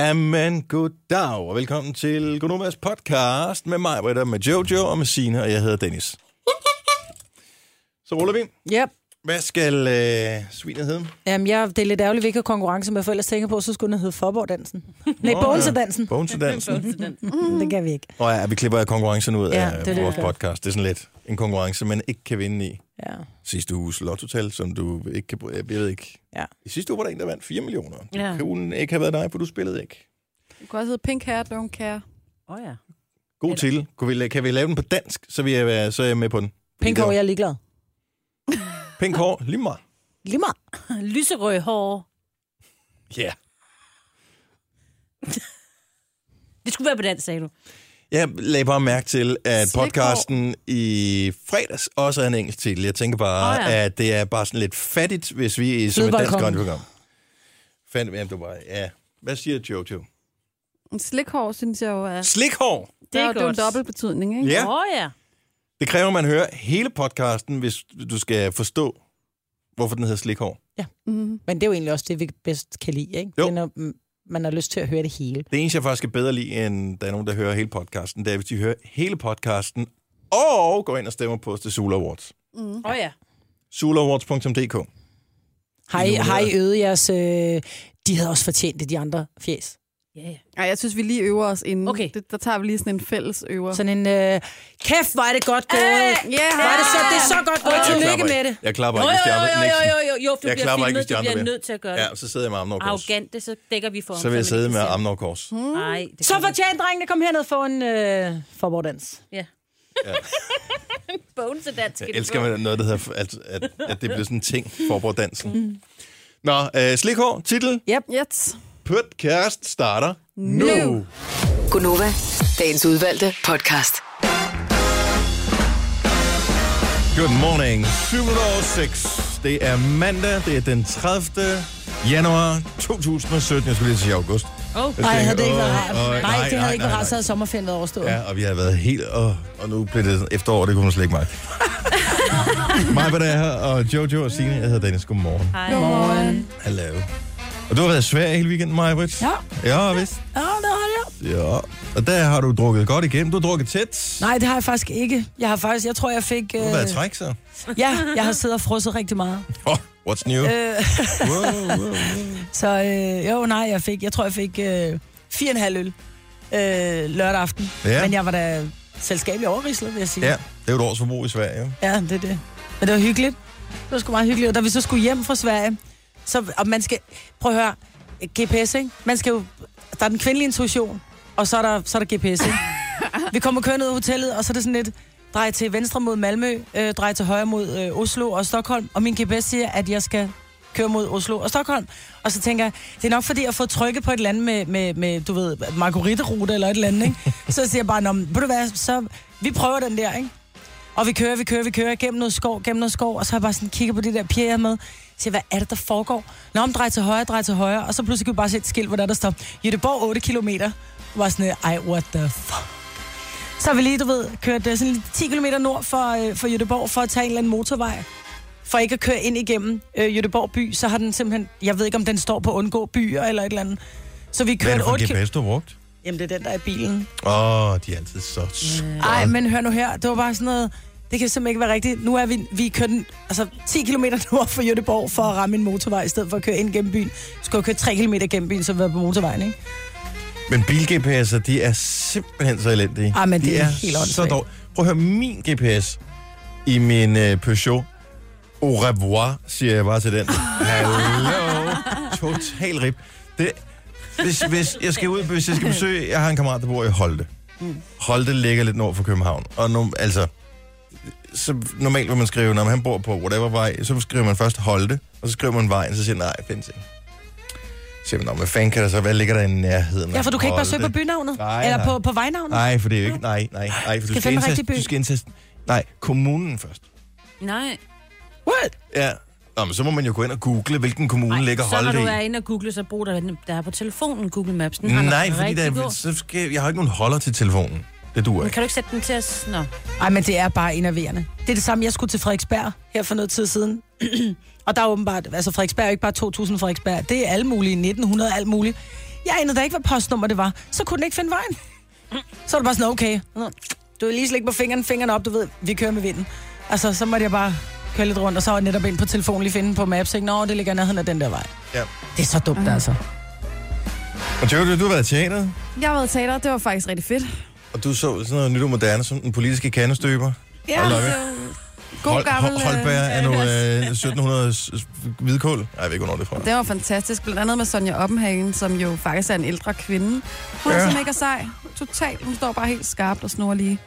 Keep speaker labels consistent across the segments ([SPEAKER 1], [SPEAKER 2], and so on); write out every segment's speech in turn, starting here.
[SPEAKER 1] Jamen, goddag og velkommen til Gonovas podcast med mig, Britta, med Jojo og med Sina, og jeg hedder Dennis. Så ruller vi.
[SPEAKER 2] Yep.
[SPEAKER 1] Hvad skal øh, svinet hedde?
[SPEAKER 2] Jamen, jeg, det er lidt ærgerligt, at vi ikke har konkurrence med, for ellers tænker jeg på, så skulle den hedde Forborg-dansen. Nej, Bogensedansen.
[SPEAKER 1] Bonesedansen.
[SPEAKER 2] Mm. Det kan vi ikke.
[SPEAKER 1] Og ja, vi klipper konkurrencen ud
[SPEAKER 2] Ja,
[SPEAKER 1] ja, af
[SPEAKER 2] det er det,
[SPEAKER 1] vores
[SPEAKER 2] der.
[SPEAKER 1] podcast. Det er sådan lidt en konkurrence, man ikke kan vinde i.
[SPEAKER 2] Ja.
[SPEAKER 1] Sidste uges lottotal, som du ikke kan... Jeg ved ikke.
[SPEAKER 2] Ja.
[SPEAKER 1] I sidste uge var der en, der vandt 4 millioner. Det
[SPEAKER 3] Ja.
[SPEAKER 1] kunne ikke have været dig, for du spillede ikke.
[SPEAKER 4] Du kan også hedde Pink Hair, Don't Care.
[SPEAKER 3] Åh oh, ja.
[SPEAKER 1] God til. Kunne vi, la- kan vi lave den på dansk, så, vi er, så er jeg med på den.
[SPEAKER 2] Pink hår, jeg er ligeglad.
[SPEAKER 1] Pink hår, lige meget.
[SPEAKER 2] Lige meget.
[SPEAKER 3] Lyserød hår.
[SPEAKER 1] Ja. Yeah.
[SPEAKER 3] Det skulle være på dansk, sagde du.
[SPEAKER 1] Jeg lagde bare mærke til, at
[SPEAKER 4] Slikhår.
[SPEAKER 1] podcasten i fredags også er en engelsk titel. Jeg tænker bare, oh,
[SPEAKER 3] Åh,
[SPEAKER 1] ja.
[SPEAKER 3] ja.
[SPEAKER 1] at det er bare sådan lidt fattigt, hvis vi er som et dansk
[SPEAKER 2] Flødebollekongen.
[SPEAKER 1] grøntprogram. Fandt jamen, du bare, ja. Hvad siger Jojo?
[SPEAKER 4] En slikhår, synes jeg jo er...
[SPEAKER 1] Slikhår!
[SPEAKER 3] Det
[SPEAKER 4] der
[SPEAKER 3] er
[SPEAKER 4] jo- Det er jo en
[SPEAKER 3] godt.
[SPEAKER 4] dobbelt betydning, ikke?
[SPEAKER 1] Ja,
[SPEAKER 3] Åh oh, ja.
[SPEAKER 1] det kræver, at man hører hele podcasten, hvis du skal forstå, hvorfor den hedder Slikhår.
[SPEAKER 4] Mm.
[SPEAKER 2] Men det er jo egentlig også det, vi bedst kan lide, ikke?
[SPEAKER 1] Jo.
[SPEAKER 2] Det er, når mm, man har lyst til at høre det hele.
[SPEAKER 1] Det eneste, jeg faktisk er bedre lige, end der er nogen, der hører hele podcasten, det er, hvis de hører hele podcasten og går ind og stemmer på os til Sula Awards.
[SPEAKER 4] Mm.
[SPEAKER 3] Åh oh, ja.
[SPEAKER 1] Sulawards.dk.
[SPEAKER 2] Har I, har I øget jeres... Øh, de havde også fortjent det, de andre fjes.
[SPEAKER 3] Ja, ja.
[SPEAKER 4] Ej, jeg synes, vi lige øver os inden.
[SPEAKER 3] Okay.
[SPEAKER 4] Det, der tager vi lige sådan en fælles øver.
[SPEAKER 2] Sådan en... Øh, kæft, hvor er det godt gået!
[SPEAKER 4] Ja, yeah,
[SPEAKER 2] Hvor er det, så, det er så godt gået.
[SPEAKER 3] Jeg
[SPEAKER 2] Tillykke med det.
[SPEAKER 1] Jeg klapper
[SPEAKER 3] Jo,
[SPEAKER 1] ikke,
[SPEAKER 3] jo,
[SPEAKER 1] hvis de
[SPEAKER 3] jo,
[SPEAKER 1] andre
[SPEAKER 3] jo, jo,
[SPEAKER 1] Nixon.
[SPEAKER 3] jo, jo, jo, du
[SPEAKER 1] Jeg
[SPEAKER 3] jeg bliver
[SPEAKER 1] klapper ikke,
[SPEAKER 3] filmet,
[SPEAKER 1] hvis de
[SPEAKER 3] du
[SPEAKER 1] andre
[SPEAKER 3] bliver
[SPEAKER 1] vil.
[SPEAKER 3] nødt til at gøre
[SPEAKER 1] Ja,
[SPEAKER 3] det.
[SPEAKER 1] så sidder jeg med armene over kors.
[SPEAKER 3] Arrogant, det så dækker vi for
[SPEAKER 1] Så vil jeg sidde med armene over kors.
[SPEAKER 2] Hmm.
[SPEAKER 3] Nej, det
[SPEAKER 2] Så fortjent, drengene. Kom herned og få en øh, forbordans.
[SPEAKER 3] Ja.
[SPEAKER 1] Ja.
[SPEAKER 3] Bones er dansk.
[SPEAKER 1] Jeg elsker med noget, der hedder, at, at, at det bliver sådan en ting,
[SPEAKER 2] Hmm.
[SPEAKER 1] forberedt dansen. Nå, øh, Slikhår, titel,
[SPEAKER 4] Yes.
[SPEAKER 1] podcast starter nu.
[SPEAKER 4] Nu.
[SPEAKER 5] Gunova, dagens udvalgte podcast.
[SPEAKER 1] Good morning, 706. Det er mandag, det er den 30. januar 2017. Jeg skulle lige sige august.
[SPEAKER 3] Oh.
[SPEAKER 1] Jeg
[SPEAKER 2] Nej,
[SPEAKER 1] tænker,
[SPEAKER 2] havde det ikke været
[SPEAKER 1] åh,
[SPEAKER 2] rart.
[SPEAKER 1] åh,
[SPEAKER 2] Nej, det havde ikke været rart, så havde sommerferien været overstået.
[SPEAKER 1] Ja, og vi har været helt... Åh, og nu blev det efterår, det kunne man slet ikke mærke. Mig, hvad der er her, og Jojo og Signe. Jeg hedder Dennis. Godmorgen.
[SPEAKER 3] Hej.
[SPEAKER 1] Hallo. Og du har været i Sverige hele weekenden, Maja Brits?
[SPEAKER 2] Ja.
[SPEAKER 1] Ja, vist.
[SPEAKER 2] Ja, det har jeg.
[SPEAKER 1] Ja. Og der har du drukket godt igennem. Du har drukket tæt.
[SPEAKER 2] Nej, det har jeg faktisk ikke. Jeg har faktisk, jeg tror, jeg fik... Øh,
[SPEAKER 1] Du har været i træk, så.
[SPEAKER 2] ja, jeg har siddet og frosset rigtig meget.
[SPEAKER 1] Oh, what's new?
[SPEAKER 2] Øh,
[SPEAKER 1] Wow, wow, wow.
[SPEAKER 2] så øh, jo, nej, jeg fik, jeg tror, jeg fik øh, fire og en halv øl øh, lørdag aften.
[SPEAKER 1] Ja.
[SPEAKER 2] Ja. Men jeg var da selskabelig overrislet, vil jeg sige.
[SPEAKER 1] Ja, det er jo et års forbrug i Sverige. jo.
[SPEAKER 2] ja, det er det. Men det var hyggeligt. Det var sgu meget hyggeligt. Og da vi så skulle hjem fra Sverige, så, og man skal, prøv at høre, GPS, ikke? Man skal jo, der er den kvindelige intuition, og så er der, så er der GPS, ikke? Vi kommer kørende ud af hotellet, og så er det sådan lidt, drej til venstre mod Malmø, øh, drej til højre mod øh, Oslo og Stockholm, og min GPS siger, at jeg skal køre mod Oslo og Stockholm. Og så tænker jeg, det er nok fordi, jeg har fået trykket på et eller andet med, med, med du ved, margaritarute eller et eller andet, ikke? Så siger jeg bare, Nå, men ved du hvad, så vi prøver den der, ikke? Og vi kører, vi kører, vi kører gennem noget skov, gennem noget skov, og så har jeg bare sådan kigget på det der piger jeg havde med. Så siger, jeg, hvad er det, der foregår? Nå, om drej til højre, drej til højre. Og så pludselig kan vi bare se et skilt, hvor der, der står, Jødeborg 8 km. Var sådan, ej, what the fuck? Så har vi lige, du ved, kørt øh, sådan lidt 10 km nord for, øh, for Jødeborg for at tage en eller anden motorvej. For ikke at køre ind igennem øh, Jødeborg by, så har den simpelthen, jeg ved ikke, om den står på undgå byer eller et eller andet. Så vi
[SPEAKER 1] Hvad er
[SPEAKER 2] kørte
[SPEAKER 1] det for
[SPEAKER 2] 8
[SPEAKER 1] en
[SPEAKER 2] km.
[SPEAKER 1] GPS, du har brugt?
[SPEAKER 2] Jamen, det er den, der er i bilen.
[SPEAKER 1] Åh, oh, de er altid så skønne.
[SPEAKER 2] Øh. Ej, men hør nu her, det var bare sådan noget, det kan simpelthen ikke være rigtigt. Nu er vi, vi kørt altså 10 km nord for Jødeborg for at ramme en motorvej, i stedet for at køre ind gennem byen. Skulle jeg køre 3 km gennem byen, så ville jeg være på motorvejen, ikke?
[SPEAKER 1] Men bil-GPS'er, de er simpelthen så elendige.
[SPEAKER 2] Ej, men
[SPEAKER 1] de
[SPEAKER 2] det er helt
[SPEAKER 1] så
[SPEAKER 2] åndssvagt.
[SPEAKER 1] dårlige. Prøv at høre, min GPS i min øh, Peugeot. Au revoir, siger jeg bare til den. Hallo. Total rip. Det, hvis, hvis, jeg skal ud, hvis jeg skal besøge... Jeg har en kammerat, der bor i Holte. Holte ligger lidt nord for København. Og nu, altså, så normalt vil man skrive, når han bor på whatever vej, så skriver man først Holte, og så skriver man vejen, så siger man, nej, findes ikke. Så siger man, "Nå, hvad fanden kan der så, hvad ligger der i nærheden?
[SPEAKER 2] Ja, for du kan ikke bare søge på
[SPEAKER 1] Holte?"
[SPEAKER 2] bynavnet,
[SPEAKER 1] Nej,
[SPEAKER 2] eller
[SPEAKER 1] nej.
[SPEAKER 2] på, på vejnavnet.
[SPEAKER 1] Nej, for det er jo ikke, nej, nej, nej. For
[SPEAKER 2] Skal finde den rigtige by.
[SPEAKER 1] du skal indtaste, nej, kommunen først.
[SPEAKER 3] Nej.
[SPEAKER 2] What?
[SPEAKER 1] Ja, Nå, men så må man jo gå ind og google, hvilken kommune Ej, ligger
[SPEAKER 3] så når
[SPEAKER 1] holdet
[SPEAKER 3] du
[SPEAKER 1] i.
[SPEAKER 3] er inde og google, så brug der, der er på telefonen Google Maps. Den har
[SPEAKER 1] Nej,
[SPEAKER 3] nok
[SPEAKER 1] fordi
[SPEAKER 3] rigtig
[SPEAKER 1] der,
[SPEAKER 3] god.
[SPEAKER 1] så skal, jeg har ikke nogen holder til telefonen. Det duer
[SPEAKER 3] Men
[SPEAKER 1] ikke.
[SPEAKER 3] kan du ikke sætte den til os? Nå.
[SPEAKER 2] Ej, men det er bare enerverende. Det er det samme, jeg skulle til Frederiksberg her for noget tid siden. og der er åbenbart, altså Frederiksberg er jo ikke bare 2000 Frederiksberg, det er alle mulige, 1900 alt muligt. Jeg anede da ikke, hvad postnummer det var. Så kunne den ikke finde vejen. Så var det bare sådan, okay. Du vil lige slikke på fingeren, fingeren op, du ved, vi kører med vinden. Altså, så måtte jeg bare køre lidt rundt, og så var jeg netop ind på telefonen lige finde på Maps. Ikke? Nå, det ligger i nærheden af den der vej.
[SPEAKER 1] Ja.
[SPEAKER 2] Det er så
[SPEAKER 3] Mhm.
[SPEAKER 2] dumt, altså.
[SPEAKER 1] Og Jojo, du har været i teateret,
[SPEAKER 4] Jeg har været i teater, det var faktisk rigtig fedt.
[SPEAKER 1] og du så sådan noget nyt og moderne, som den politiske kandestøber.
[SPEAKER 4] Ja,
[SPEAKER 1] Hold da op,
[SPEAKER 4] så... God
[SPEAKER 1] Hol-
[SPEAKER 4] gammel...
[SPEAKER 1] Hol-
[SPEAKER 4] øh,
[SPEAKER 1] Holberg er nu øh, 1700 s- s- hvidkål. Ej, jeg ved ikke, hvornår det er fra.
[SPEAKER 4] Det var fantastisk, blandt andet med Sonja Oppenhagen, som jo faktisk er en ældre kvinde. Hun er
[SPEAKER 1] Ja.
[SPEAKER 4] ja. mega sej. Totalt. Hun står bare helt skarpt og snor lige.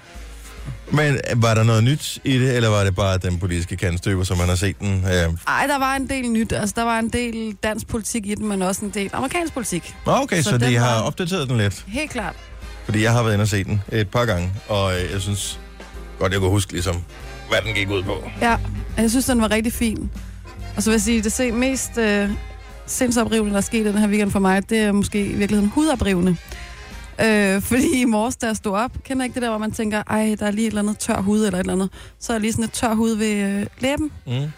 [SPEAKER 1] Men øh, var der noget nyt i det, eller var det bare den politiske kandestøber, som man har set den? Øh,
[SPEAKER 4] Ej, der var en del nyt. Altså, der var en del dansk politik i den, men også en del amerikansk politik.
[SPEAKER 1] Nå, okay, så,
[SPEAKER 4] Så
[SPEAKER 1] så de
[SPEAKER 4] den
[SPEAKER 1] har
[SPEAKER 4] var-
[SPEAKER 1] opdateret den lidt.
[SPEAKER 4] Helt klart.
[SPEAKER 1] Fordi jeg har været inde og set den et par gange, og øh, jeg synes godt, jeg kunne huske ligesom, hvad den gik ud på.
[SPEAKER 4] Ja, og jeg synes, den var rigtig fin. Og så vil jeg sige, det se- mest øh, sindsoprivende, der skete den her weekend for mig, det er måske i virkeligheden hudoprivende. Øh, fordi i morges, da jeg stod op, kender jeg ikke det der, hvor man tænker, ej, der er lige et eller andet tør hud eller et eller andet. Så er lige sådan et tør hud ved øh, læben.
[SPEAKER 1] Mm.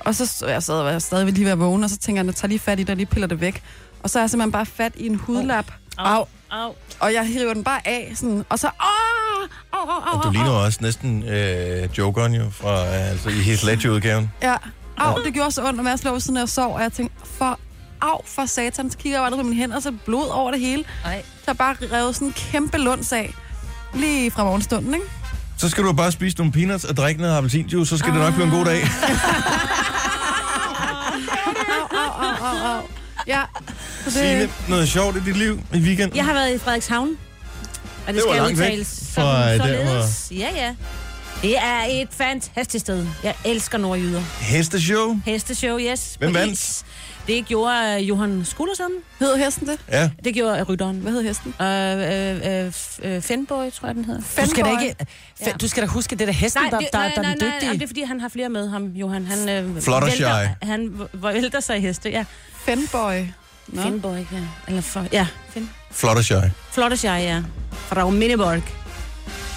[SPEAKER 4] Og så stod jeg sad og var stadig ved lige ved at vågne, og så tænker jeg, jeg tager lige fat i det og lige piller det væk. Og så er jeg simpelthen bare fat i en hudlap,
[SPEAKER 3] Au, au.
[SPEAKER 4] og jeg hiver den bare af, sådan, og så... Åh, åh, åh,
[SPEAKER 1] Og
[SPEAKER 4] åh,
[SPEAKER 1] du
[SPEAKER 4] åh,
[SPEAKER 1] ligner også næsten øh, Jokeren jo, fra, øh, altså i Heath Ledger-udgaven.
[SPEAKER 4] Ja. Au, det gjorde så ondt, og jeg slog ved siden af og sov, og jeg tænkte, for au, for satan, så kigger jeg bare ned på mine hænder, og så blod over det hele.
[SPEAKER 3] Ej.
[SPEAKER 4] Så jeg bare revet sådan en kæmpe lunds af, lige fra morgenstunden, ikke?
[SPEAKER 1] Så skal du bare spise nogle peanuts og drikke noget appelsinjuice, så skal det nok blive en god dag.
[SPEAKER 4] Au, au, au, au, au. Ja, så
[SPEAKER 1] Signe,
[SPEAKER 4] det,
[SPEAKER 2] Øh.
[SPEAKER 1] noget sjovt i dit liv i weekenden?
[SPEAKER 3] Jeg har været i Frederikshavn. Og det,
[SPEAKER 1] Det var
[SPEAKER 3] skal
[SPEAKER 1] langt væk
[SPEAKER 3] udtales som
[SPEAKER 1] fra øh, der,
[SPEAKER 3] således. Ja, ja. Det er et fantastisk sted. Jeg elsker nordjyder.
[SPEAKER 1] Hesteshow?
[SPEAKER 3] Hesteshow, yes.
[SPEAKER 1] Hvem
[SPEAKER 3] På
[SPEAKER 1] vandt?
[SPEAKER 3] is. Det gjorde øh, Johan Skuldersen.
[SPEAKER 4] hed hesten det?
[SPEAKER 1] Ja.
[SPEAKER 3] Det gjorde øh, rytteren.
[SPEAKER 4] Hvad hed hesten?
[SPEAKER 3] Øh, øh, øh, f- øh, Fenboy, tror jeg, den hedder.
[SPEAKER 2] Du skal, da
[SPEAKER 4] Fanboy.
[SPEAKER 2] ikke,
[SPEAKER 3] Ja.
[SPEAKER 2] du skal da huske, det er da hesten, der, der, der er den
[SPEAKER 3] nej, nej, det
[SPEAKER 2] dygtige.
[SPEAKER 3] er fordi, han har flere med ham, Johan. Han, øh,
[SPEAKER 1] Fluttershy.
[SPEAKER 3] vælter- Han v- vælter sig i heste, ja.
[SPEAKER 4] Fanboy. Nå.
[SPEAKER 3] Finborg, ja. Eller for, ja, Fin.
[SPEAKER 1] Flot og sjov.
[SPEAKER 3] Fluttershy, ja. Fra Minneborg.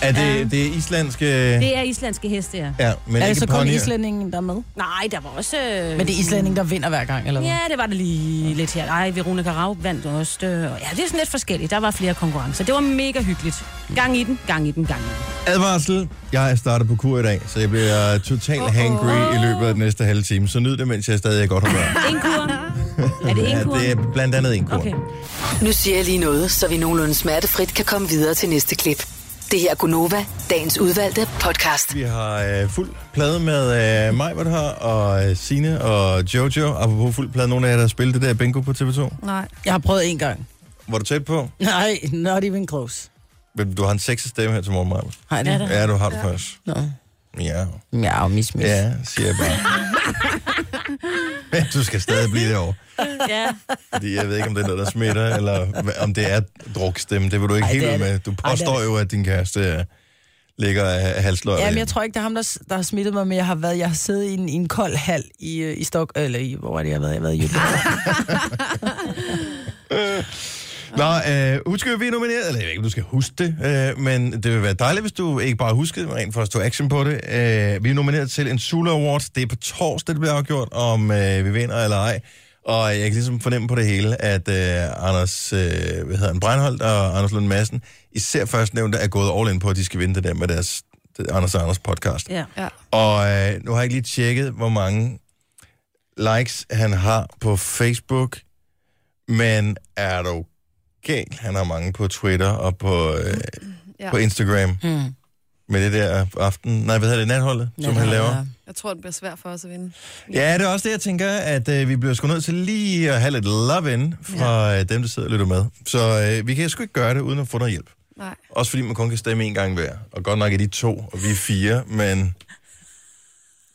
[SPEAKER 1] Er det,
[SPEAKER 3] Ja.
[SPEAKER 1] det er islandske...
[SPEAKER 3] Det er islandske heste, ja.
[SPEAKER 1] Ja, men
[SPEAKER 2] Er det
[SPEAKER 1] ikke
[SPEAKER 2] så kun
[SPEAKER 1] ponyer.
[SPEAKER 2] islændingen, der er med?
[SPEAKER 3] Nej, der var også... Øh,
[SPEAKER 2] Men det er islændingen, der vinder hver gang, eller hvad?
[SPEAKER 3] Ja, det var det lige lidt her. Ej, Verona Garau vandt også. øh, og Ja, det er sådan lidt forskelligt. Der var flere konkurrencer. Det var mega hyggeligt. Gang i den, gang i den, gang i den.
[SPEAKER 1] Advarsel. Jeg er startet på kur i dag, så jeg bliver totalt
[SPEAKER 4] Uh-oh.
[SPEAKER 1] hangry i løbet af den næste halve time. Så nyd det, mens jeg stadig er i godt humør.
[SPEAKER 3] En kur. Er det en kur?
[SPEAKER 1] Ja, det er blandt andet en kur.
[SPEAKER 3] Okay.
[SPEAKER 5] Nu siger jeg lige noget, så vi nogenlunde smertefrit kan komme videre til næste klip. Det her er Gunova, dagens udvalgte podcast.
[SPEAKER 1] Vi har øh, fuld plade med øh, mig, hvad her, og øh, Sine og Jojo. Apropos fuld plade, nogen af jer, der har spillet det der bingo på TV2.
[SPEAKER 4] Nej.
[SPEAKER 2] Jeg har prøvet en gang.
[SPEAKER 1] Var du tæt på?
[SPEAKER 2] Nej, not even close.
[SPEAKER 1] Men Du har en sexet stemme her til morgen, Maja.
[SPEAKER 2] Har jeg det?
[SPEAKER 3] Er der?
[SPEAKER 1] Ja, du har det ja. først. Ja.
[SPEAKER 2] Ja, mis, mis.
[SPEAKER 1] Ja, siger jeg bare. Men du skal stadig blive derovre.
[SPEAKER 3] Ja.
[SPEAKER 1] Fordi jeg ved ikke, om det er noget, der smitter, eller hva- om det er drukstemme. Det vil du ikke
[SPEAKER 2] Ej,
[SPEAKER 1] helt
[SPEAKER 2] det er
[SPEAKER 1] ud med.
[SPEAKER 2] det.
[SPEAKER 1] Du
[SPEAKER 2] Ej, det er
[SPEAKER 1] påstår
[SPEAKER 2] det.
[SPEAKER 1] jo, at din kæreste øh, ligger af halsløg.
[SPEAKER 2] Ja, men jeg tror ikke, det er ham, der, s- der har smittet mig, men jeg har, været, jeg har siddet i en, i en kold hal i, øh, i Stok... Eller i, hvor er det, jeg har været? Jeg har været i Jylland.
[SPEAKER 1] Nå, øh, husk at vi er nomineret, eller jeg ved ikke, om du skal huske det, øh, men det vil være dejligt, hvis du ikke bare huskede, men rent faktisk tog action på det. Øh, vi er nomineret til en Sula Award. Det er på torsdag, det bliver afgjort, om øh, vi vinder eller ej. Og jeg kan ligesom fornemme på det hele, at øh, Anders øh, hvad hedder han, Breinholt og Anders Lund Madsen, især førstnævnte, er gået all in på, at de skal vinde det der med deres det Anders og Anders podcast.
[SPEAKER 3] ja.
[SPEAKER 4] Ja.
[SPEAKER 1] Og øh, nu har jeg ikke lige tjekket, hvor mange likes han har på Facebook. Men er du galt? Han har mange på Twitter og på, øh, ja.
[SPEAKER 4] Ja.
[SPEAKER 1] på Instagram.
[SPEAKER 2] Mm.
[SPEAKER 1] Med det der aften... Nej, hvad hedder det? Natholdet, som han laver.
[SPEAKER 4] Jeg tror, det bliver svært for os at vinde.
[SPEAKER 1] Ja, det er også det, jeg tænker, at øh, vi bliver sgu nødt til lige at have lidt love in fra øh, dem, der sidder og lytter med. Så øh, vi kan sgu ikke gøre det, uden at få noget hjælp.
[SPEAKER 4] Nej.
[SPEAKER 1] Også fordi man kun kan stemme én gang hver. Og godt nok er de to, og vi er fire, men...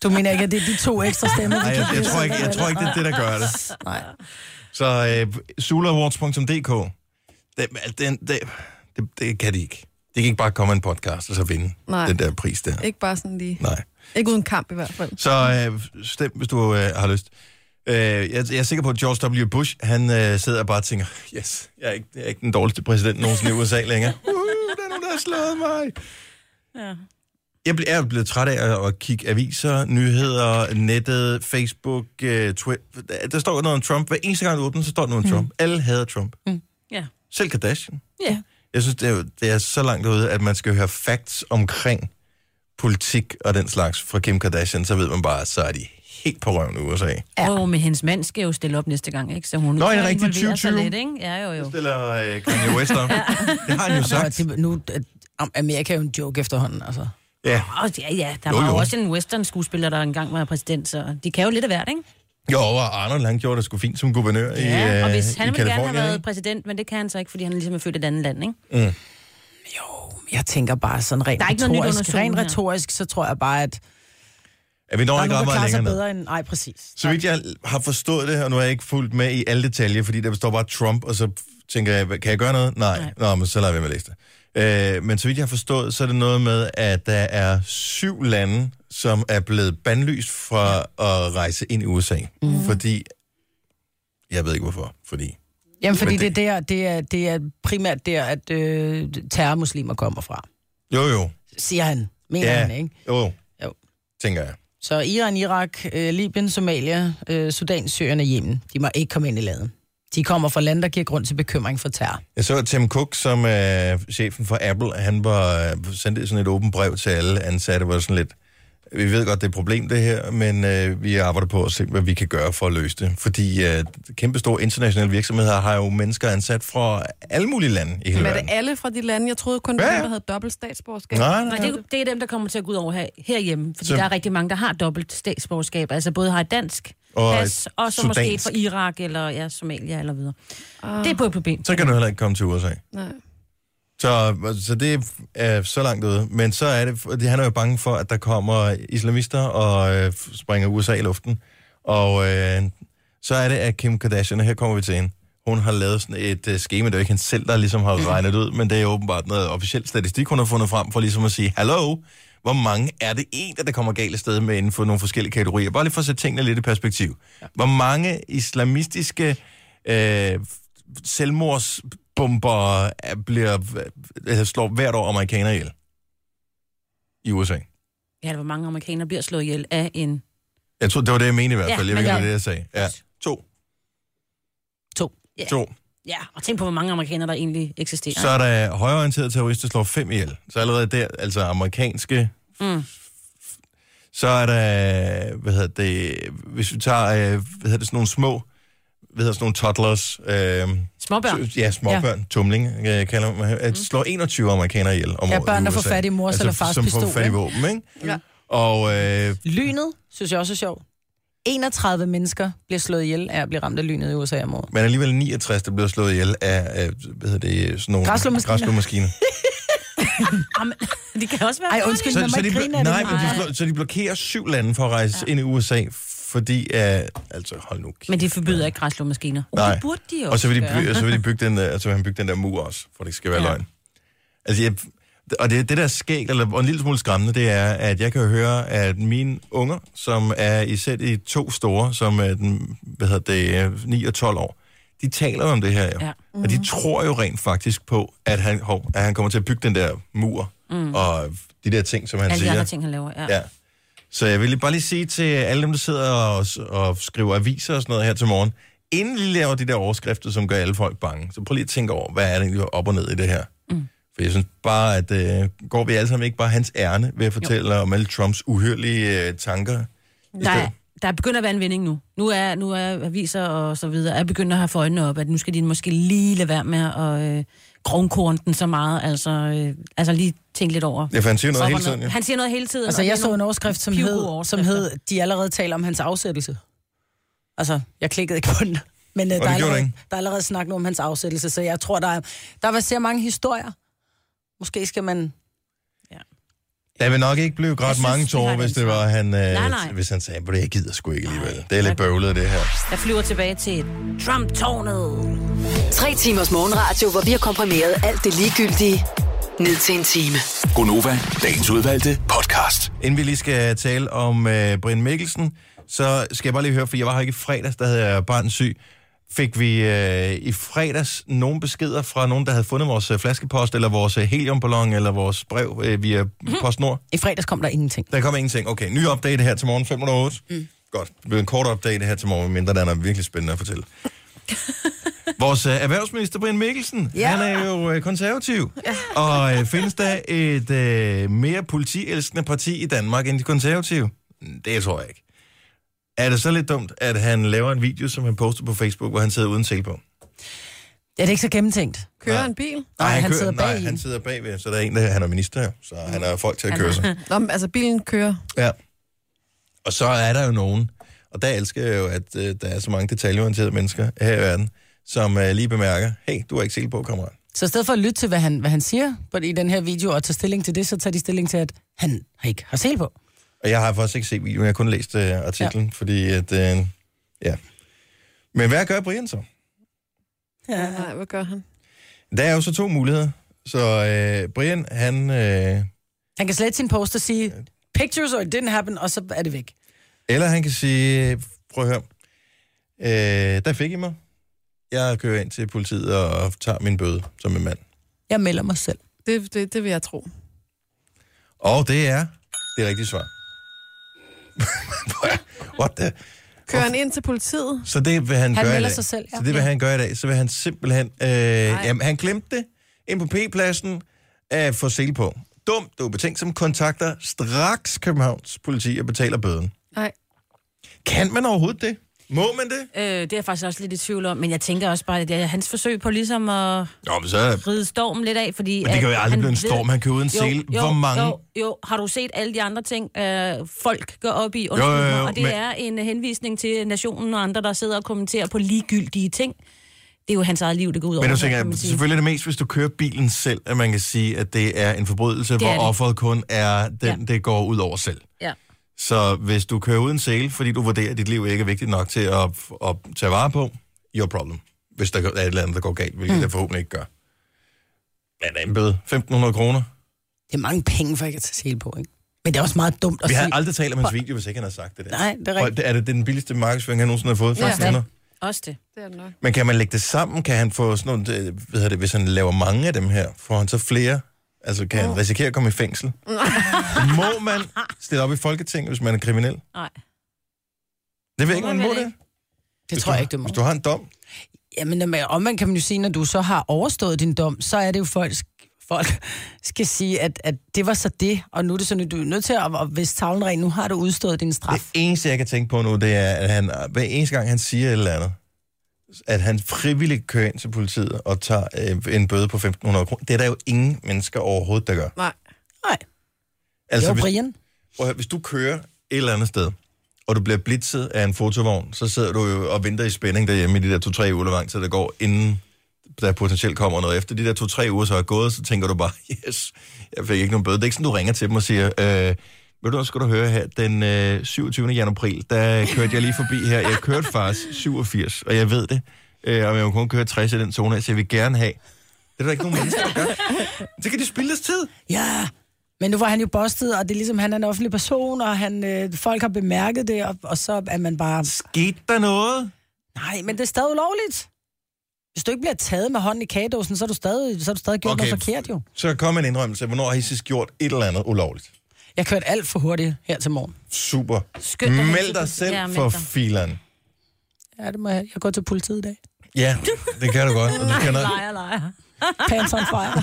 [SPEAKER 2] Du mener ikke, at det er de to ekstra stemmer? vi
[SPEAKER 1] Nej, jeg,
[SPEAKER 2] kan
[SPEAKER 1] jeg,
[SPEAKER 2] få?
[SPEAKER 1] tror ikke, jeg tror ikke, det er det, der gør det.
[SPEAKER 2] Nej.
[SPEAKER 1] Så øh, sulawards.dk, det, det, det, det, det kan de ikke. De kan ikke bare komme med en podcast og så vinde Nej.
[SPEAKER 4] Nej.
[SPEAKER 1] den der pris der.
[SPEAKER 4] Ikke bare sådan lige.
[SPEAKER 1] Nej.
[SPEAKER 4] Ikke uden kamp i hvert fald.
[SPEAKER 1] Så øh, stem, hvis du øh, har lyst. Øh, jeg, jeg er sikker på, at George W. Bush, han øh, sidder og bare og tænker, yes, jeg er, ikke, jeg er ikke den dårligste præsident nogensinde i USA længere. Uh, der er nogen, der har slået mig.
[SPEAKER 3] ja.
[SPEAKER 1] Jeg ble- er blevet træt af at- at kigge aviser, nyheder, nettet, Mm. Facebook, øh, Twitter. Der står noget om Trump. Hver eneste gang du åbner, så står der noget om Trump. Alle hader Trump.
[SPEAKER 3] Ja.
[SPEAKER 1] Selv Kardashian.
[SPEAKER 3] Ja.
[SPEAKER 1] Jeg synes, det er, det er så langt ude, at man skal høre facts omkring politik og den slags fra Kim Kardashian, så ved man bare, at så er de helt på røven i USA.
[SPEAKER 3] Ja. Og med hendes mand skal jo stille op næste gang, ikke? Så hun
[SPEAKER 1] Nå, ja,
[SPEAKER 3] så
[SPEAKER 1] rigtigt,
[SPEAKER 3] involverer sig
[SPEAKER 1] 2020.
[SPEAKER 3] Lidt, ikke? Ja, jo, jo.
[SPEAKER 1] Stiller øh, Kanye West op. Det har han jo
[SPEAKER 2] Nå,
[SPEAKER 1] sagt.
[SPEAKER 2] det, nu, at- om Amerika er jo en joke efterhånden, altså.
[SPEAKER 1] Ja.
[SPEAKER 3] Og ja, ja, der
[SPEAKER 1] Jo,
[SPEAKER 3] var jo
[SPEAKER 1] jo.
[SPEAKER 3] også en western-skuespiller, der engang var præsident, så de kan jo lidt af hvert, ikke?
[SPEAKER 1] Jo, og Arnold, han gjorde det sgu fint som guvernør i, øh,
[SPEAKER 3] Ja, og hvis
[SPEAKER 1] i
[SPEAKER 3] han ville gerne
[SPEAKER 1] Kalifornien.
[SPEAKER 3] have været præsident, men det kan han så ikke, fordi han ligesom er født i et andet land, ikke?
[SPEAKER 2] Jeg tænker bare sådan rent
[SPEAKER 3] Der er ikke noget nyt under
[SPEAKER 2] retorisk.
[SPEAKER 3] solen
[SPEAKER 2] Rent
[SPEAKER 3] her.
[SPEAKER 2] retorisk, så tror jeg bare, at
[SPEAKER 1] Ja, vi når
[SPEAKER 2] der er
[SPEAKER 1] ikke
[SPEAKER 2] nogen,
[SPEAKER 1] ret
[SPEAKER 2] der klarer
[SPEAKER 1] meget
[SPEAKER 2] sig
[SPEAKER 1] længere ned.
[SPEAKER 2] bedre end... Nej, præcis.
[SPEAKER 1] Så vidt jeg har forstået det, og nu er jeg ikke fuldt med i alle detaljer, fordi der står bare Trump, og så tænker jeg, kan jeg gøre noget? Nej. Nej. Nå, men så lader vi med at læse det. Øh, men så vidt jeg har forstået, så er det noget med, at der er syv lande, som er blevet bandlyst fra at rejse ind i USA. Mm. Fordi, jeg ved ikke hvorfor, fordi...
[SPEAKER 2] Jamen, fordi
[SPEAKER 1] Men
[SPEAKER 2] det,
[SPEAKER 1] det-
[SPEAKER 2] det, der, det, er, det er primært der, at øh, terrormuslimer kommer fra.
[SPEAKER 1] Jo, jo.
[SPEAKER 2] Siger han. Mener
[SPEAKER 1] Ja,
[SPEAKER 2] han, ikke?
[SPEAKER 1] jo.
[SPEAKER 2] Jo.
[SPEAKER 1] Tænker jeg.
[SPEAKER 2] Så Iran, Irak, øh, Libyen, Somalia, øh, Sudan, Syrien og Yemen, de må ikke komme ind i landet. De kommer fra lande, der giver grund til bekymring for terror.
[SPEAKER 1] Jeg så, at Tim Cook, som er chefen for Apple, han var øh, sendte sådan et åbent brev til alle ansatte, hvor det sådan lidt, vi ved godt, det er et problem det her, men øh, vi arbejder på at se, hvad vi kan gøre for at løse det. Fordi øh, kæmpe store internationale virksomheder har jo mennesker ansat fra alle mulige lande i hele
[SPEAKER 4] Men er det
[SPEAKER 1] verden.
[SPEAKER 4] alle fra de lande? Jeg troede kun,
[SPEAKER 1] Ja,
[SPEAKER 4] ja,
[SPEAKER 1] ja.
[SPEAKER 4] ja. der havde dobbelt statsborgerskab.
[SPEAKER 3] Nej,
[SPEAKER 1] Nej, nej,
[SPEAKER 3] det, er- det er dem, der kommer til at gå ud over her, herhjemme, fordi
[SPEAKER 1] Så-
[SPEAKER 3] så... der er rigtig mange, der har dobbelt statsborgerskab, altså både har et dansk
[SPEAKER 1] Og
[SPEAKER 3] og
[SPEAKER 1] et
[SPEAKER 3] pas, og så måske et
[SPEAKER 1] sudansk.
[SPEAKER 3] fra Irak eller ja, Somalia eller videre. Uh... Det er på et problem.
[SPEAKER 1] så kan du heller ikke komme til USA.
[SPEAKER 4] Nej.
[SPEAKER 1] Så, så det er så langt ude. Men så er det, fordi han er jo bange for, at der kommer islamister og øh, springer USA i luften. Og øh, så er det, at Kim Kardashian, og her kommer vi til hende, hun har lavet sådan et øh, schema, det er jo ikke hende selv, der ligesom har regnet ud, men det er åbenbart noget officiel statistik, hun har fundet frem for ligesom at sige, hallo, hvor mange er det egentlig, der kommer galt af sted med inden for nogle forskellige kategorier? Bare lige for at sætte tingene lidt i perspektiv. Hvor mange islamistiske øh, selvmordsbomber er- bliver, altså, slår hvert år amerikanere ihjel i USA.
[SPEAKER 3] Ja, hvor mange amerikanere bliver slået ihjel af en...
[SPEAKER 1] Jeg tror, det var det, jeg mente i hvert
[SPEAKER 3] Ja,
[SPEAKER 1] fald. Ja, jeg ved
[SPEAKER 3] men
[SPEAKER 1] ikke,
[SPEAKER 3] ja.
[SPEAKER 1] om det er det, jeg sagde. Ja. To.
[SPEAKER 2] To.
[SPEAKER 3] Ja.
[SPEAKER 1] To.
[SPEAKER 3] Ja, og tænk på, hvor mange amerikanere, der egentlig eksisterer.
[SPEAKER 1] Så er der højorienterede terrorister, slår fem ihjel. Så allerede der, altså amerikanske...
[SPEAKER 3] Mm.
[SPEAKER 1] Så er der, hvad hedder det, hvis vi tager, øh, hvad hedder det, sådan nogle små, hvad hedder sådan nogle toddlers, øh,
[SPEAKER 3] Småbørn.
[SPEAKER 1] Så- Ja, småbørn. Ja. Tumling øh, kalder man at slår 21 amerikanere ihjel om
[SPEAKER 2] Mm. Ja,
[SPEAKER 1] året
[SPEAKER 2] børn,
[SPEAKER 1] i
[SPEAKER 2] der får
[SPEAKER 1] USA. Altså,
[SPEAKER 2] fat i mors eller fars
[SPEAKER 1] som
[SPEAKER 2] pistol,
[SPEAKER 1] får fat i
[SPEAKER 2] ikke?
[SPEAKER 1] våben, ikke?
[SPEAKER 4] Ja.
[SPEAKER 1] Og øh,
[SPEAKER 2] Lynet, synes jeg også er sjovt. 31 mennesker bliver slået ihjel af at blive ramt af lynet i USA om året.
[SPEAKER 1] men alligevel 69, der bliver slået ihjel af, øh, hvad hedder det, sådan nogle...
[SPEAKER 2] Græsslåmaskiner.
[SPEAKER 1] græsslåmaskiner.
[SPEAKER 3] Jamen, det kan også være...
[SPEAKER 2] Ej,
[SPEAKER 3] farligt.
[SPEAKER 2] undskyld,
[SPEAKER 1] så,
[SPEAKER 2] man må
[SPEAKER 1] så, de,
[SPEAKER 2] ikke grine
[SPEAKER 1] bl-
[SPEAKER 2] af det.
[SPEAKER 1] nej, men de,
[SPEAKER 3] Nej.
[SPEAKER 1] slår, så de blokerer syv lande for at rejse ja. ind i USA, fordi... Øh, altså, hold nu kæft.
[SPEAKER 3] Men de forbyder ikke græslåmaskiner. Oh,
[SPEAKER 1] Nej.
[SPEAKER 3] Det burde de jo
[SPEAKER 1] Og så vil de,
[SPEAKER 3] gøre.
[SPEAKER 1] by, så vil de bygge den der, så vil han bygge den der mur også, for det ikke skal være ja.
[SPEAKER 3] Ja.
[SPEAKER 1] løgn. Altså, jeg, og det, det der er skægt, eller og en lille smule skræmmende, det er, at jeg kan høre, at mine unger, som er især i to store, som er den, hvad hedder det, øh, 9 og 12 år, de taler om det her jo. Ja.
[SPEAKER 3] Ja. Mhm.
[SPEAKER 1] Mm. Og de tror jo rent faktisk på, at han, hov, at han kommer til at bygge den der mur, mm. og de der ting, som han
[SPEAKER 3] Alle de
[SPEAKER 1] siger.
[SPEAKER 3] andre ting, han laver. Ja.
[SPEAKER 1] Altså, Ja. Så jeg vil lige- bare lige sige til alle dem, der sidder og, og skriver aviser og sådan noget her til morgen, inden I laver de der overskrifter, som gør alle folk bange, så prøv lige at tænke over, hvad er det egentlig op og ned i det her? Mm. For jeg synes bare, at øh, går vi alle sammen ikke bare hans ærne ved at fortælle jo. om alle Trumps uhyrlige øh, tanker? i
[SPEAKER 3] Der, er,
[SPEAKER 1] stedet?
[SPEAKER 3] der er begyndt at være en vending nu. Nu er, nu er aviser og så videre er begyndt at have for øjnene op, at nu skal de måske lige lade være med at øh, grovkorne den så meget. Altså, øh, altså lige tænke lidt over.
[SPEAKER 1] Ja, for han siger noget
[SPEAKER 3] Op
[SPEAKER 1] hele
[SPEAKER 3] og ned.
[SPEAKER 1] tiden, jo.
[SPEAKER 3] Han siger noget hele tiden.
[SPEAKER 2] Altså,
[SPEAKER 3] og det
[SPEAKER 2] jeg
[SPEAKER 3] er
[SPEAKER 2] så en
[SPEAKER 3] nogle
[SPEAKER 2] overskrift, som
[SPEAKER 3] pivgode
[SPEAKER 2] hed, som
[SPEAKER 3] overskrifter.
[SPEAKER 2] hed, de allerede taler om hans afsættelse. Altså, jeg klikkede ikke på den. Men uh, der,
[SPEAKER 1] gjorde
[SPEAKER 2] er
[SPEAKER 1] du
[SPEAKER 2] allerede,
[SPEAKER 1] ikke?
[SPEAKER 2] der er allerede snakket om hans afsættelse, så jeg tror, der er, der var så mange historier. Måske skal man...
[SPEAKER 1] Der vil nok ikke blive ret
[SPEAKER 3] Jeg synes,
[SPEAKER 1] mange
[SPEAKER 3] vi har
[SPEAKER 1] tårer,
[SPEAKER 3] et
[SPEAKER 1] hvis det var
[SPEAKER 3] ansvar.
[SPEAKER 1] han, øh,
[SPEAKER 3] Nej, nej.
[SPEAKER 1] hvis han sagde, at jeg gider sgu ikke alligevel.
[SPEAKER 3] Nej.
[SPEAKER 1] Det er lidt bøvlet, det her.
[SPEAKER 3] Jeg flyver tilbage til Trump-tårnet.
[SPEAKER 5] Tre timers morgenradio, hvor vi har komprimeret alt det ligegyldige ned til en time.
[SPEAKER 6] Gonova, dagens udvalgte podcast.
[SPEAKER 1] Inden vi lige skal tale om øh, Brian Mikkelsen, så skal jeg bare lige høre, for jeg var her ikke i fredags, der havde jeg barn syg. Fik vi øh, i fredags nogle beskeder fra nogen, der havde fundet vores øh, flaskepost, eller vores øh, heliumballon, eller vores brev øh, via PostNord?
[SPEAKER 2] I fredags kom der ingenting.
[SPEAKER 1] Der kom ingenting. Okay, ny update her til morgen, 508. Mm. Godt. Det bliver en kort update her til morgen, mindre der er noget virkelig spændende at fortælle. Vores øh, erhvervsminister, Brian Mikkelsen, ja.
[SPEAKER 2] Ja.
[SPEAKER 1] han er jo øh, konservativ. Ja. Og øh, findes der et øh, mere politielskende parti i Danmark end de konservative? Det tror jeg ikke. Er det så lidt dumt, at han laver en video, som han poster på Facebook, hvor han sidder uden sele på?
[SPEAKER 2] Er det ikke så gennemtænkt?
[SPEAKER 4] Kører en bil?
[SPEAKER 2] Nej, han
[SPEAKER 1] kører,
[SPEAKER 2] sidder
[SPEAKER 1] nej,
[SPEAKER 2] bagi.
[SPEAKER 1] han sidder bagved, så der er en, der han er minister, jo, så han har folk til at køre sig.
[SPEAKER 4] Nå, men, altså bilen kører.
[SPEAKER 1] Ja. Og så er der jo nogen, og der elsker jeg jo, at øh, der er så mange detaljeorienterede mennesker her i verden, som øh, lige bemærker, hey, du har ikke sele på, kammerat.
[SPEAKER 2] Så i stedet for at lytte til, hvad han, hvad han siger på, i den her video, og tage stilling til det, så tager de stilling til, at han har ikke har sel på.
[SPEAKER 1] Og jeg har faktisk ikke set videoen, jeg har kun læst øh, artiklen, ja. fordi at, øh, ja. Men hvad gør Brian så?
[SPEAKER 4] Ja. Nej, hvad gør han?
[SPEAKER 1] Der er jo så to muligheder. Så øh, Brian, han, øh,
[SPEAKER 2] Han kan slette sin post og sige, pictures or it didn't happen, og så er det væk.
[SPEAKER 1] eller han kan sige, prøv at høre, øh, der fik I mig. Jeg kører ind til politiet og tager min bøde som en mand.
[SPEAKER 2] Jeg melder mig selv.
[SPEAKER 4] Det, det, det vil jeg tro.
[SPEAKER 1] Og det er det rigtige svar. What the?
[SPEAKER 4] Kører han ind til politiet?
[SPEAKER 1] Så det vil han,
[SPEAKER 2] Han
[SPEAKER 1] gøre i
[SPEAKER 2] melder
[SPEAKER 1] dag.
[SPEAKER 2] sig selv, ja.
[SPEAKER 1] Så det vil han gøre i dag. Så vil han simpelthen... Øh, jamen, han glemte det ind på P-pladsen at få sel på. Dumt, du betænkt som kontakter straks Københavns politi og betaler bøden.
[SPEAKER 4] Nej.
[SPEAKER 1] Kan man overhovedet det? Må man det?
[SPEAKER 3] Øh, det er jeg faktisk også lidt i tvivl om, men jeg tænker også bare, at det er hans forsøg på ligesom at
[SPEAKER 1] Jo, men så...
[SPEAKER 3] ride stormen lidt af, fordi...
[SPEAKER 1] Men det kan jo
[SPEAKER 3] at
[SPEAKER 1] aldrig
[SPEAKER 3] han
[SPEAKER 1] blive en
[SPEAKER 3] ved-
[SPEAKER 1] storm, han kører uden sele. Hvor mange?
[SPEAKER 3] Jo, jo, har du set alle de andre ting, øh, folk går op i? Undskyld
[SPEAKER 1] Jo, jo, jo,
[SPEAKER 3] mig, og det
[SPEAKER 1] men-
[SPEAKER 3] men... er en henvisning til nationen og andre, der sidder og kommenterer på ligegyldige ting. Det er jo hans eget liv, det går ud over.
[SPEAKER 1] Men du
[SPEAKER 3] kan
[SPEAKER 1] tænker,
[SPEAKER 3] man sige.
[SPEAKER 1] selvfølgelig er det mest, hvis du kører bilen selv, at man kan sige, at det er en forbrydelse,
[SPEAKER 3] Det er
[SPEAKER 1] hvor
[SPEAKER 3] det.
[SPEAKER 1] offeret kun er den,
[SPEAKER 3] Ja.
[SPEAKER 1] det går ud over selv.
[SPEAKER 3] Ja.
[SPEAKER 1] Så hvis du kører uden sele, fordi du vurderer, at dit liv ikke er vigtigt nok til at, at tage vare på, your problem. Hvis der er et eller andet, der går galt, hvilket mm. der forhåbentlig ikke gør. Men det er en bøde. 1.500 kroner.
[SPEAKER 2] Det er mange penge for ikke at tage sel på, ikke? Men det er også meget dumt at
[SPEAKER 1] Vi
[SPEAKER 2] sige.
[SPEAKER 1] havde aldrig talt om hans video, hvis ikke han havde sagt det der.
[SPEAKER 2] Nej, det er
[SPEAKER 1] Prøv,
[SPEAKER 2] rigtigt.
[SPEAKER 1] Er det den billigste markedsføring, han nogensinde har fået? Ja.
[SPEAKER 3] Ja.
[SPEAKER 1] Ja.
[SPEAKER 3] Også det.
[SPEAKER 4] Det er det nok.
[SPEAKER 1] Men kan man lægge det sammen? Kan han få sådan nogle, øh, hvad hedder det, hvis han laver mange af dem her, får han så flere? Altså, kan han risikere at komme i fængsel? må man stille op i Folketinget, hvis man er kriminel?
[SPEAKER 3] Nej.
[SPEAKER 1] Det ved jeg ikke,
[SPEAKER 3] Må
[SPEAKER 1] man
[SPEAKER 3] man
[SPEAKER 1] må
[SPEAKER 3] vel
[SPEAKER 1] det.
[SPEAKER 3] ikke?
[SPEAKER 2] Det
[SPEAKER 1] Hvis
[SPEAKER 2] tror
[SPEAKER 1] du-
[SPEAKER 2] jeg ikke, det må.
[SPEAKER 1] Hvis du har en dom,
[SPEAKER 2] Jamen, når man- omvendt kan man jo sige, når du så har overstået din dom, så er det jo folk, folk skal sige, at, at det var så det, og nu er det sådan, at du er nødt til at, at hvis tavlen ren, nu har du udstået din straf.
[SPEAKER 1] Det eneste, jeg kan tænke på nu, det er, at han, hver eneste gang, han siger et eller andet, at han frivilligt kører ind til politiet og tager øh, en bøde på 1.500 kroner. Det er der jo ingen mennesker overhovedet, der gør.
[SPEAKER 4] Nej.
[SPEAKER 2] Nej, det
[SPEAKER 1] Altså,
[SPEAKER 2] var
[SPEAKER 1] hvis,
[SPEAKER 2] Brian.
[SPEAKER 1] prøv at høre, hvis du kører et eller andet sted, og du bliver blitzet af en fotovogn, så sidder du jo og venter i spænding derhjemme i de der to-tre uger, hvor lang tid der går, inden der potentielt kommer noget. Efter de der to-tre uger så er gået, så tænker du bare, yes, jeg fik ikke nogen bøde. Det er ikke sådan, du ringer til dem og siger, øh, ved du hvad, skal du høre her, den øh, 27. januar, april, der kørte jeg lige forbi her. Jeg kørte faktisk 87, og jeg ved det. Øh, og jeg må kun køre 60 i den zone, her, så jeg vil gerne have. Det er der ikke nogen mennesker, der gør. Så kan de spille deres tid.
[SPEAKER 2] Ja, men nu var han jo bustet, og det er ligesom, han er en offentlig person, og han, øh, folk har bemærket det, og, og så er man bare...
[SPEAKER 1] Skete der noget?
[SPEAKER 2] Nej, men det er stadig ulovligt. Hvis du ikke bliver taget med hånden i kagedåsen, så er du stadig, så er du stadig gjort
[SPEAKER 1] Okay.
[SPEAKER 2] okay. noget forkert jo.
[SPEAKER 1] Så kom en indrømmelse. Hvornår har I sidst gjort et eller andet ulovligt?
[SPEAKER 2] Jeg kørte alt for hurtigt her til morgen.
[SPEAKER 1] Super.
[SPEAKER 3] Skønt at have tid
[SPEAKER 1] Meld
[SPEAKER 3] til-
[SPEAKER 1] dig selv
[SPEAKER 3] Ja, meld
[SPEAKER 1] for
[SPEAKER 3] dig.
[SPEAKER 1] fileren.
[SPEAKER 2] Ja, det må jeg. Jeg går til politiet i dag.
[SPEAKER 1] Ja, det kan du godt. Og du skal nok...
[SPEAKER 3] Lejer, lejer.
[SPEAKER 2] Pants on fire.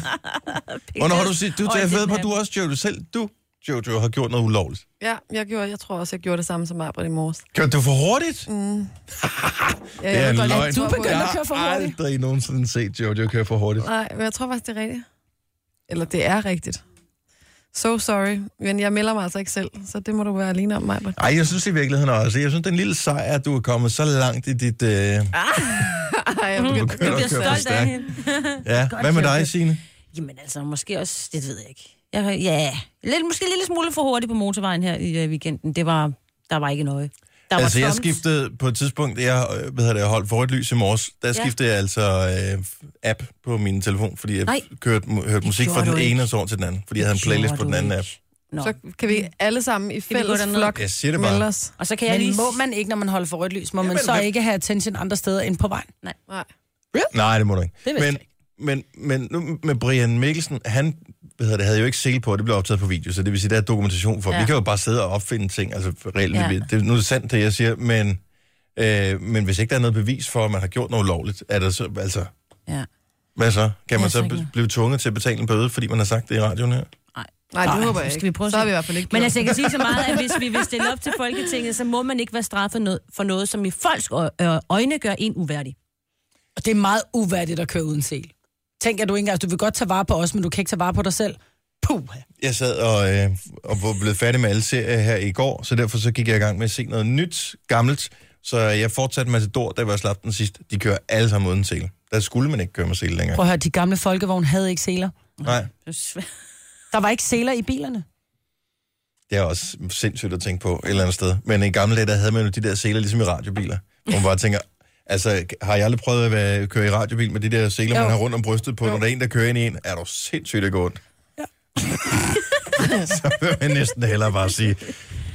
[SPEAKER 1] Hvornår har du set... Du,
[SPEAKER 3] Og
[SPEAKER 1] jeg
[SPEAKER 3] det
[SPEAKER 1] ved på,
[SPEAKER 3] er-
[SPEAKER 1] du også, Jojo, selv du, Jojo, har gjort noget ulovligt.
[SPEAKER 4] Ja, jeg, gjorde, jeg tror også, jeg gjorde det samme som Arbrit i morges.
[SPEAKER 1] Kørte du for hurtigt?
[SPEAKER 4] Ja, jeg vil godt lige-
[SPEAKER 2] Du begynder
[SPEAKER 1] Jeg
[SPEAKER 2] at køre for
[SPEAKER 1] har
[SPEAKER 2] hurtigt.
[SPEAKER 1] aldrig nogensinde set Jojo køre for hurtigt.
[SPEAKER 4] Nej, men jeg tror faktisk, det er rigtigt. Eller det er rigtigt. So sorry, men jeg melder mig altså ikke selv, så det må du være alene om, mig.
[SPEAKER 1] Ej, jeg synes i virkeligheden også. Jeg synes, den lille sejr, at du er kommet så langt i dit... Øh...
[SPEAKER 4] Ej, jeg
[SPEAKER 3] Jeg
[SPEAKER 1] begynder
[SPEAKER 4] begynder
[SPEAKER 1] at køre for
[SPEAKER 3] bliver stolt af
[SPEAKER 1] stærkt.
[SPEAKER 3] hende.
[SPEAKER 1] Ja, hvad med dig,
[SPEAKER 3] Jojo.
[SPEAKER 1] Signe?
[SPEAKER 3] Jamen altså, måske også, det ved jeg ikke. Jeg, ja, lidt, måske en lille smule for hurtigt på motorvejen her i øh, weekenden. Det var, der var ikke noget. Der
[SPEAKER 1] Altså,
[SPEAKER 3] var
[SPEAKER 1] jeg
[SPEAKER 3] tomt.
[SPEAKER 1] skiftede på et tidspunkt, jeg øh, hvad hedder det, holdt for et lys i morges, der
[SPEAKER 3] Ja.
[SPEAKER 1] skiftede jeg altså øh, app på min telefon, fordi jeg
[SPEAKER 3] Nej.
[SPEAKER 1] kørte, mu- hørte musik fra
[SPEAKER 3] gjorde
[SPEAKER 1] den
[SPEAKER 3] du ikke.
[SPEAKER 1] ene sovn til den anden, fordi jeg havde en
[SPEAKER 3] Gjorde
[SPEAKER 1] playlist på
[SPEAKER 3] du
[SPEAKER 1] den anden
[SPEAKER 3] ikke.
[SPEAKER 1] app.
[SPEAKER 3] Nå.
[SPEAKER 4] Så kan vi alle sammen i
[SPEAKER 3] vi gå
[SPEAKER 4] fælles
[SPEAKER 3] derned?
[SPEAKER 4] flok
[SPEAKER 1] Jeg siger det bare.
[SPEAKER 4] melde os.
[SPEAKER 3] Og så kan jeg
[SPEAKER 2] Men
[SPEAKER 3] lige...
[SPEAKER 2] må man ikke, når man holder for rødt lys? Må man
[SPEAKER 1] Jamen,
[SPEAKER 2] så
[SPEAKER 1] hvad-
[SPEAKER 2] ikke have attention andre steder end på vejen?
[SPEAKER 4] Nej.
[SPEAKER 1] Nej, det må du ikke.
[SPEAKER 2] Det vidste
[SPEAKER 1] men,
[SPEAKER 2] jeg ikke.
[SPEAKER 1] men, men nu med Brian Mikkelsen, han hvad hedder det, havde jo ikke sel på, det blev optaget på video, så det vil sige, der er dokumentation for. Ja.
[SPEAKER 3] Ja.
[SPEAKER 1] Vi kan jo bare sidde og opfinde ting, altså reelt,
[SPEAKER 3] Ja.
[SPEAKER 1] ja. det, nu er det sandt, det jeg siger, men Øh, men hvis ikke der er noget bevis for, at man har gjort noget ulovligt, er det så, altså,
[SPEAKER 3] Ja.
[SPEAKER 1] hvad så? Kan
[SPEAKER 3] Ja,
[SPEAKER 1] man
[SPEAKER 3] så
[SPEAKER 1] så
[SPEAKER 3] ikke
[SPEAKER 1] bl-
[SPEAKER 3] noget.
[SPEAKER 1] blive tvunget til at betale en bøde, fordi man har sagt det i radioen her?
[SPEAKER 4] Nej, det
[SPEAKER 3] Nå,
[SPEAKER 4] håber
[SPEAKER 3] så
[SPEAKER 4] jeg
[SPEAKER 3] skal
[SPEAKER 4] ikke.
[SPEAKER 3] vi prøve at
[SPEAKER 4] så er
[SPEAKER 3] se.
[SPEAKER 4] vi i hvert fald ikke
[SPEAKER 3] Men
[SPEAKER 4] gjort.
[SPEAKER 3] altså, jeg kan sige så meget, at hvis vi vil stille op til Folketinget, så må man ikke være straffet noget, for noget, som i folks ø- ø- øjne gør en uværdig.
[SPEAKER 2] Og det er meget uværdigt at køre uden sel. Tænk, at du ikke engang, altså, du vil godt tage vare på os, men du kan ikke tage vare på dig selv. Puh.
[SPEAKER 1] Jeg sad og, øh, og var blevet færdig med alle serier her i går, så derfor så gik jeg i gang med at se noget nyt, gammelt. Så jeg fortsatte med Matador, da jeg var slap den sidst. De kører alle sammen uden sele. Der skulle man ikke køre med sele længere.
[SPEAKER 2] Prøv at høre, de gamle folkevogn havde ikke seler.
[SPEAKER 1] Nej,
[SPEAKER 3] Det er svært.
[SPEAKER 2] Der var ikke seler i bilerne.
[SPEAKER 1] det er også sindssygt at tænke på et eller andet sted. Men i gamle dage, der havde man jo de der seler, ligesom i radiobiler. Hvor man bare tænker, altså har jeg aldrig prøvet at være, køre i radiobil med de der seler, man har rundt om brystet på, når der er en, der kører ind i en? Er du sindssygt at gå ondt? Ja. så vil jeg næsten hellere bare sige,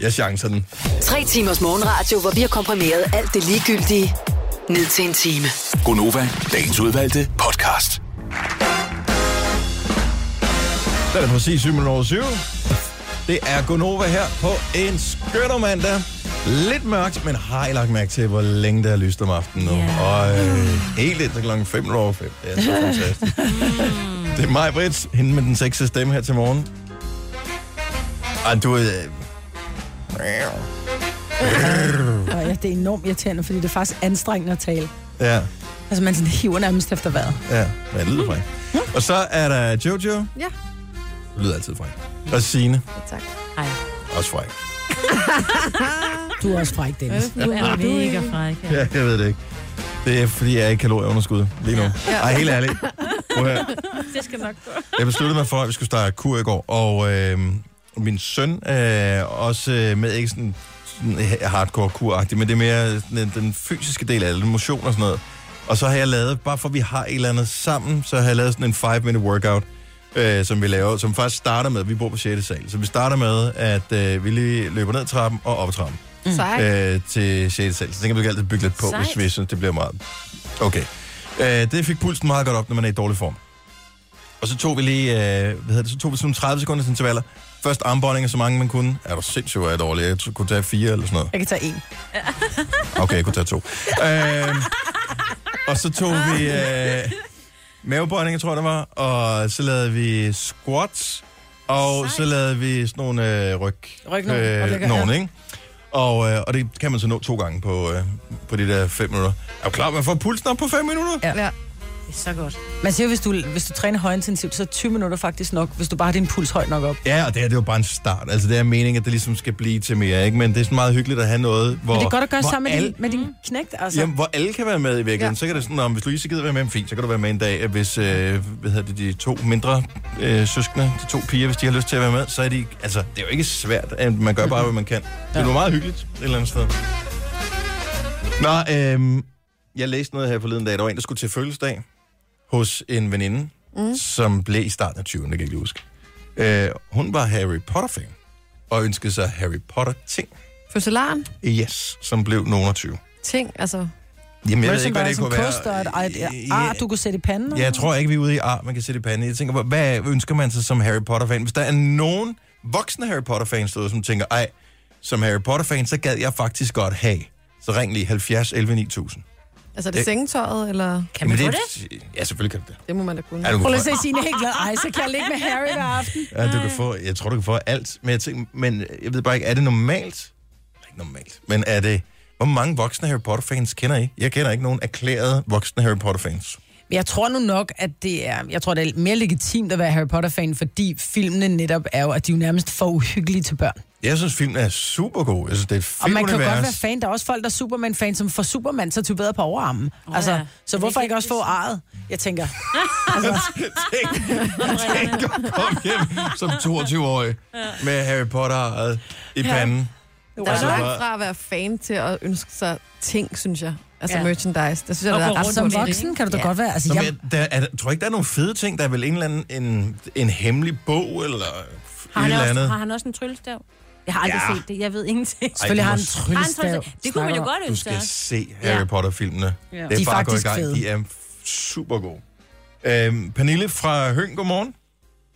[SPEAKER 1] jeg chancer den.
[SPEAKER 5] Tre timers morgenradio, hvor vi har komprimeret alt det ligegyldige ned til en time.
[SPEAKER 6] Gonova, dagens udvalgte podcast.
[SPEAKER 1] Der er det præcis 7 minutter over 7. Det er Gonova her på en skønner mandag. Lidt mørkt, men har I lagt mærke til, hvor længe der er lyst om aftenen nu?
[SPEAKER 3] Ja.
[SPEAKER 1] Og øh, helt indtil klokken 5 over 5. Det er så fantastisk. det er mig, Brits, hende med den sexede stemme her til morgen. Og du er... Øh,
[SPEAKER 2] Og ja, det er enormt irriterende, fordi det er faktisk anstrengende at tale.
[SPEAKER 1] ja,
[SPEAKER 2] Altså, man sådan hiver nærmest efter vejret.
[SPEAKER 1] ja. Men det lyder fræk. Og så er der Jojo.
[SPEAKER 4] Ja.
[SPEAKER 1] Du lyder altid fræk. Og Signe.
[SPEAKER 4] Tak.
[SPEAKER 3] Ej,
[SPEAKER 1] Også fræk.
[SPEAKER 2] Du er også fræk, Dennis.
[SPEAKER 3] du er mega fræk. Ja.
[SPEAKER 1] Ja, jeg ved det ikke. Det er, fordi jeg er i kalorieunderskud lige nu. Ja. Ej, helt ærligt. Prøv at høre.
[SPEAKER 3] Det skal nok gå.
[SPEAKER 1] Jeg besluttede mig for, at vi skulle starte kur i går, og øh, min søn øh, også øh, med, ikke sådan, sådan hardcore kur men det er mere den, den fysiske del af det, motion og sådan noget. Og så har jeg lavet, bare for at vi har et eller andet sammen, så har jeg lavet sådan en 5-minute workout, øh, som vi laver, som faktisk starter med, vi bor på 6. sal, så vi starter med, at øh, vi lige løber ned trappen og op ad trappen
[SPEAKER 3] Mm.
[SPEAKER 4] Sej.
[SPEAKER 1] øh, til 6. sal. Så det kan vi altid bygge lidt på,
[SPEAKER 3] Sejt.
[SPEAKER 1] hvis vi synes, det bliver meget. Okay. Øh, det fik pulsen meget godt op, når man er i dårlig form. Og så tog vi lige, øh, hvad hedder det, så tog vi sådan nogle 30 sekunders intervaller. Først armbåndinger, så mange man kunne. Er du sindssygt, hvor er jeg dårlig? Jeg tror- kunne tage fire eller sådan noget.
[SPEAKER 2] Jeg kan tage en.
[SPEAKER 1] Okay, jeg kunne tage to. øh, og så tog vi øh, mavebøjninger, tror jeg det var. Og så lavede vi squats. Og
[SPEAKER 3] Sejt.
[SPEAKER 1] så lavede vi sådan nogle øh, ryg...
[SPEAKER 2] Rygnoglen, og lægger-
[SPEAKER 1] nogen,
[SPEAKER 2] ja.
[SPEAKER 1] ikke? Og, øh, og det kan man så nå to gange på, øh, på de der fem minutter. Er du klar, man får pulsen op på fem minutter?
[SPEAKER 2] Ja.
[SPEAKER 4] Ja.
[SPEAKER 3] Det er så godt.
[SPEAKER 2] Man siger, jo, hvis du, hvis du træner højintensivt, så er 20 minutter faktisk nok, hvis du bare har din puls høj nok op.
[SPEAKER 1] Ja, og det her det er jo bare en start. Altså, det er meningen, at det ligesom skal blive til mere, ikke? Men det er sådan meget hyggeligt at have noget, hvor...
[SPEAKER 2] Men det er godt at gøre
[SPEAKER 1] hvor
[SPEAKER 2] sammen med
[SPEAKER 1] alle-
[SPEAKER 2] din, med din knægt, altså.
[SPEAKER 1] Jamen, hvor alle kan være med i virkeligheden. Ja.
[SPEAKER 4] Ja.
[SPEAKER 1] Så kan det sådan, om hvis Louise gider være med, fint, så kan du være med en dag. Hvis øh, hvad hedder det, de to mindre øh, søskende, de to piger, hvis de har lyst til at være med, så er de... Altså, det er jo ikke svært. at Man gør bare, hvad man kan. Det er jo meget hyggeligt et eller andet sted. Nå, øh, jeg læste noget her forleden dag. Der var en, der skulle til fødselsdag hos en veninde, mm. som blev i starten af 20'erne, det kan jeg ikke lige huske. Øh, hun var Harry Potter-fan og ønskede sig Harry Potter-ting.
[SPEAKER 4] Fødselaren?
[SPEAKER 1] Yes, som blev nogen af 20.
[SPEAKER 4] Ting, altså...
[SPEAKER 1] Jamen, jeg ved
[SPEAKER 2] Merchandise,
[SPEAKER 1] ikke, hvad det kunne
[SPEAKER 2] som koster et,
[SPEAKER 1] være.
[SPEAKER 2] et, et ar, du kunne sætte i panden.
[SPEAKER 1] Ja, jeg tror ikke, vi er ude i ar, man kan sætte i panden. Jeg tænker, på, hvad ønsker man sig som Harry Potter-fan? Hvis der er nogen voksne Harry Potter-fans derude, som tænker, ej, som Harry Potter-fan, så gad jeg faktisk godt have. Så ring lige 70 11 9000.
[SPEAKER 4] Altså, er
[SPEAKER 1] Øh.
[SPEAKER 4] det sengetøjet, eller...
[SPEAKER 3] Kan man få det?
[SPEAKER 1] det? Ja, selvfølgelig kan du det.
[SPEAKER 4] Det må man da kunne.
[SPEAKER 1] Ja, du
[SPEAKER 2] Prøv
[SPEAKER 1] kan,
[SPEAKER 2] lige at
[SPEAKER 1] få,
[SPEAKER 2] se Signe helt glad. Ej, så kan jeg ligge med Harry hver aften.
[SPEAKER 1] ja, du kan få, jeg tror, du kan få alt. Men jeg, tænker, men jeg ved bare ikke, er det normalt? Nej, Ikke normalt, men er det... Hvor mange voksne Harry Potter-fans kender I? Jeg kender ikke nogen erklærede voksne Harry Potter-fans.
[SPEAKER 2] Men Jeg tror nu nok, at det er, jeg tror, det er mere legitimt at være Harry Potter-fan, fordi filmene netop er jo, at de er jo nærmest for uhyggelige til børn.
[SPEAKER 1] Jeg synes, filmen er super god. Jeg synes, det er et fedt
[SPEAKER 2] Og man kan jo
[SPEAKER 1] univers.
[SPEAKER 2] godt være fan. Der er også folk, der er Superman-fan, som får Superman så til bedre på overarmen. Oh, altså,
[SPEAKER 3] ja.
[SPEAKER 2] ja. så
[SPEAKER 3] Det
[SPEAKER 2] hvorfor
[SPEAKER 3] kan
[SPEAKER 2] ikke også få
[SPEAKER 3] ikke-
[SPEAKER 2] arret? Jeg tænker,
[SPEAKER 1] tænk at komme hjem som 22-årig med Harry Potter i panden.
[SPEAKER 4] Der er
[SPEAKER 1] Altså,
[SPEAKER 4] langt
[SPEAKER 1] hvor-
[SPEAKER 4] fra at være fan til at ønske sig ting, synes jeg. Altså
[SPEAKER 3] Ja.
[SPEAKER 4] ja. merchandise. Det synes jeg,
[SPEAKER 3] Og
[SPEAKER 4] der
[SPEAKER 3] gå
[SPEAKER 4] er ret
[SPEAKER 3] rundt
[SPEAKER 2] som
[SPEAKER 3] med
[SPEAKER 4] stort.
[SPEAKER 3] det,
[SPEAKER 2] voksen
[SPEAKER 3] ikke?
[SPEAKER 2] kan du da
[SPEAKER 3] Ja.
[SPEAKER 2] godt være. Altså,
[SPEAKER 1] Nå,
[SPEAKER 2] jeg,
[SPEAKER 1] men jeg, der, er, tror jeg ikke, der er nogen fede ting. Der er vel en eller anden en, en hemmelig bog eller
[SPEAKER 3] Har
[SPEAKER 1] et
[SPEAKER 3] han,
[SPEAKER 1] eller
[SPEAKER 3] også,
[SPEAKER 1] andet.
[SPEAKER 3] har han også en tryllestav? Jeg har aldrig
[SPEAKER 1] Ja.
[SPEAKER 3] ja. set det. Jeg ved ingenting.
[SPEAKER 1] Ej,
[SPEAKER 2] selvfølgelig
[SPEAKER 1] du
[SPEAKER 2] har en
[SPEAKER 1] må-
[SPEAKER 3] Har han
[SPEAKER 2] tryllestav.
[SPEAKER 3] tryllestav? Det kunne man jo godt
[SPEAKER 1] Du
[SPEAKER 3] ønske sig
[SPEAKER 1] skal
[SPEAKER 3] også.
[SPEAKER 1] se Harry
[SPEAKER 3] Ja.
[SPEAKER 1] Potter-filmene.
[SPEAKER 3] Ja.
[SPEAKER 1] Det er,
[SPEAKER 2] De er
[SPEAKER 1] bare gået
[SPEAKER 2] faktisk
[SPEAKER 1] i gang.
[SPEAKER 2] fede.
[SPEAKER 1] De er super gode. Øhm, Pernille fra Høng, godmorgen.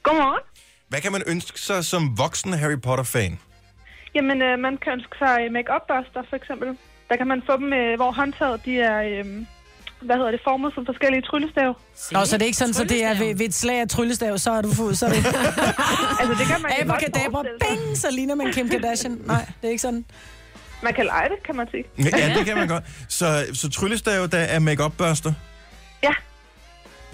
[SPEAKER 7] Godmorgen.
[SPEAKER 1] Hvad kan man ønske sig som voksen Harry Potter-fan?
[SPEAKER 7] Jamen, øh, man kan ønske sig make-up børster, øh, for eksempel. Der kan man få dem, øh, hvor håndtaget de er, øh, hvad hedder det, formet som forskellige tryllestave.
[SPEAKER 2] Nå, så det er ikke sådan, så det er ved, ved et slag af tryllestav, så er du fod, så er det
[SPEAKER 7] Altså, det kan man jo godt
[SPEAKER 2] abacadabra,
[SPEAKER 7] forestille sig.
[SPEAKER 2] bing, så ligner man Kim Kardashian. Nej, det er ikke sådan.
[SPEAKER 7] Man kan lege det, kan man sige.
[SPEAKER 1] Ja, det kan man godt. Så, så tryllestave, der er make børster
[SPEAKER 7] Ja,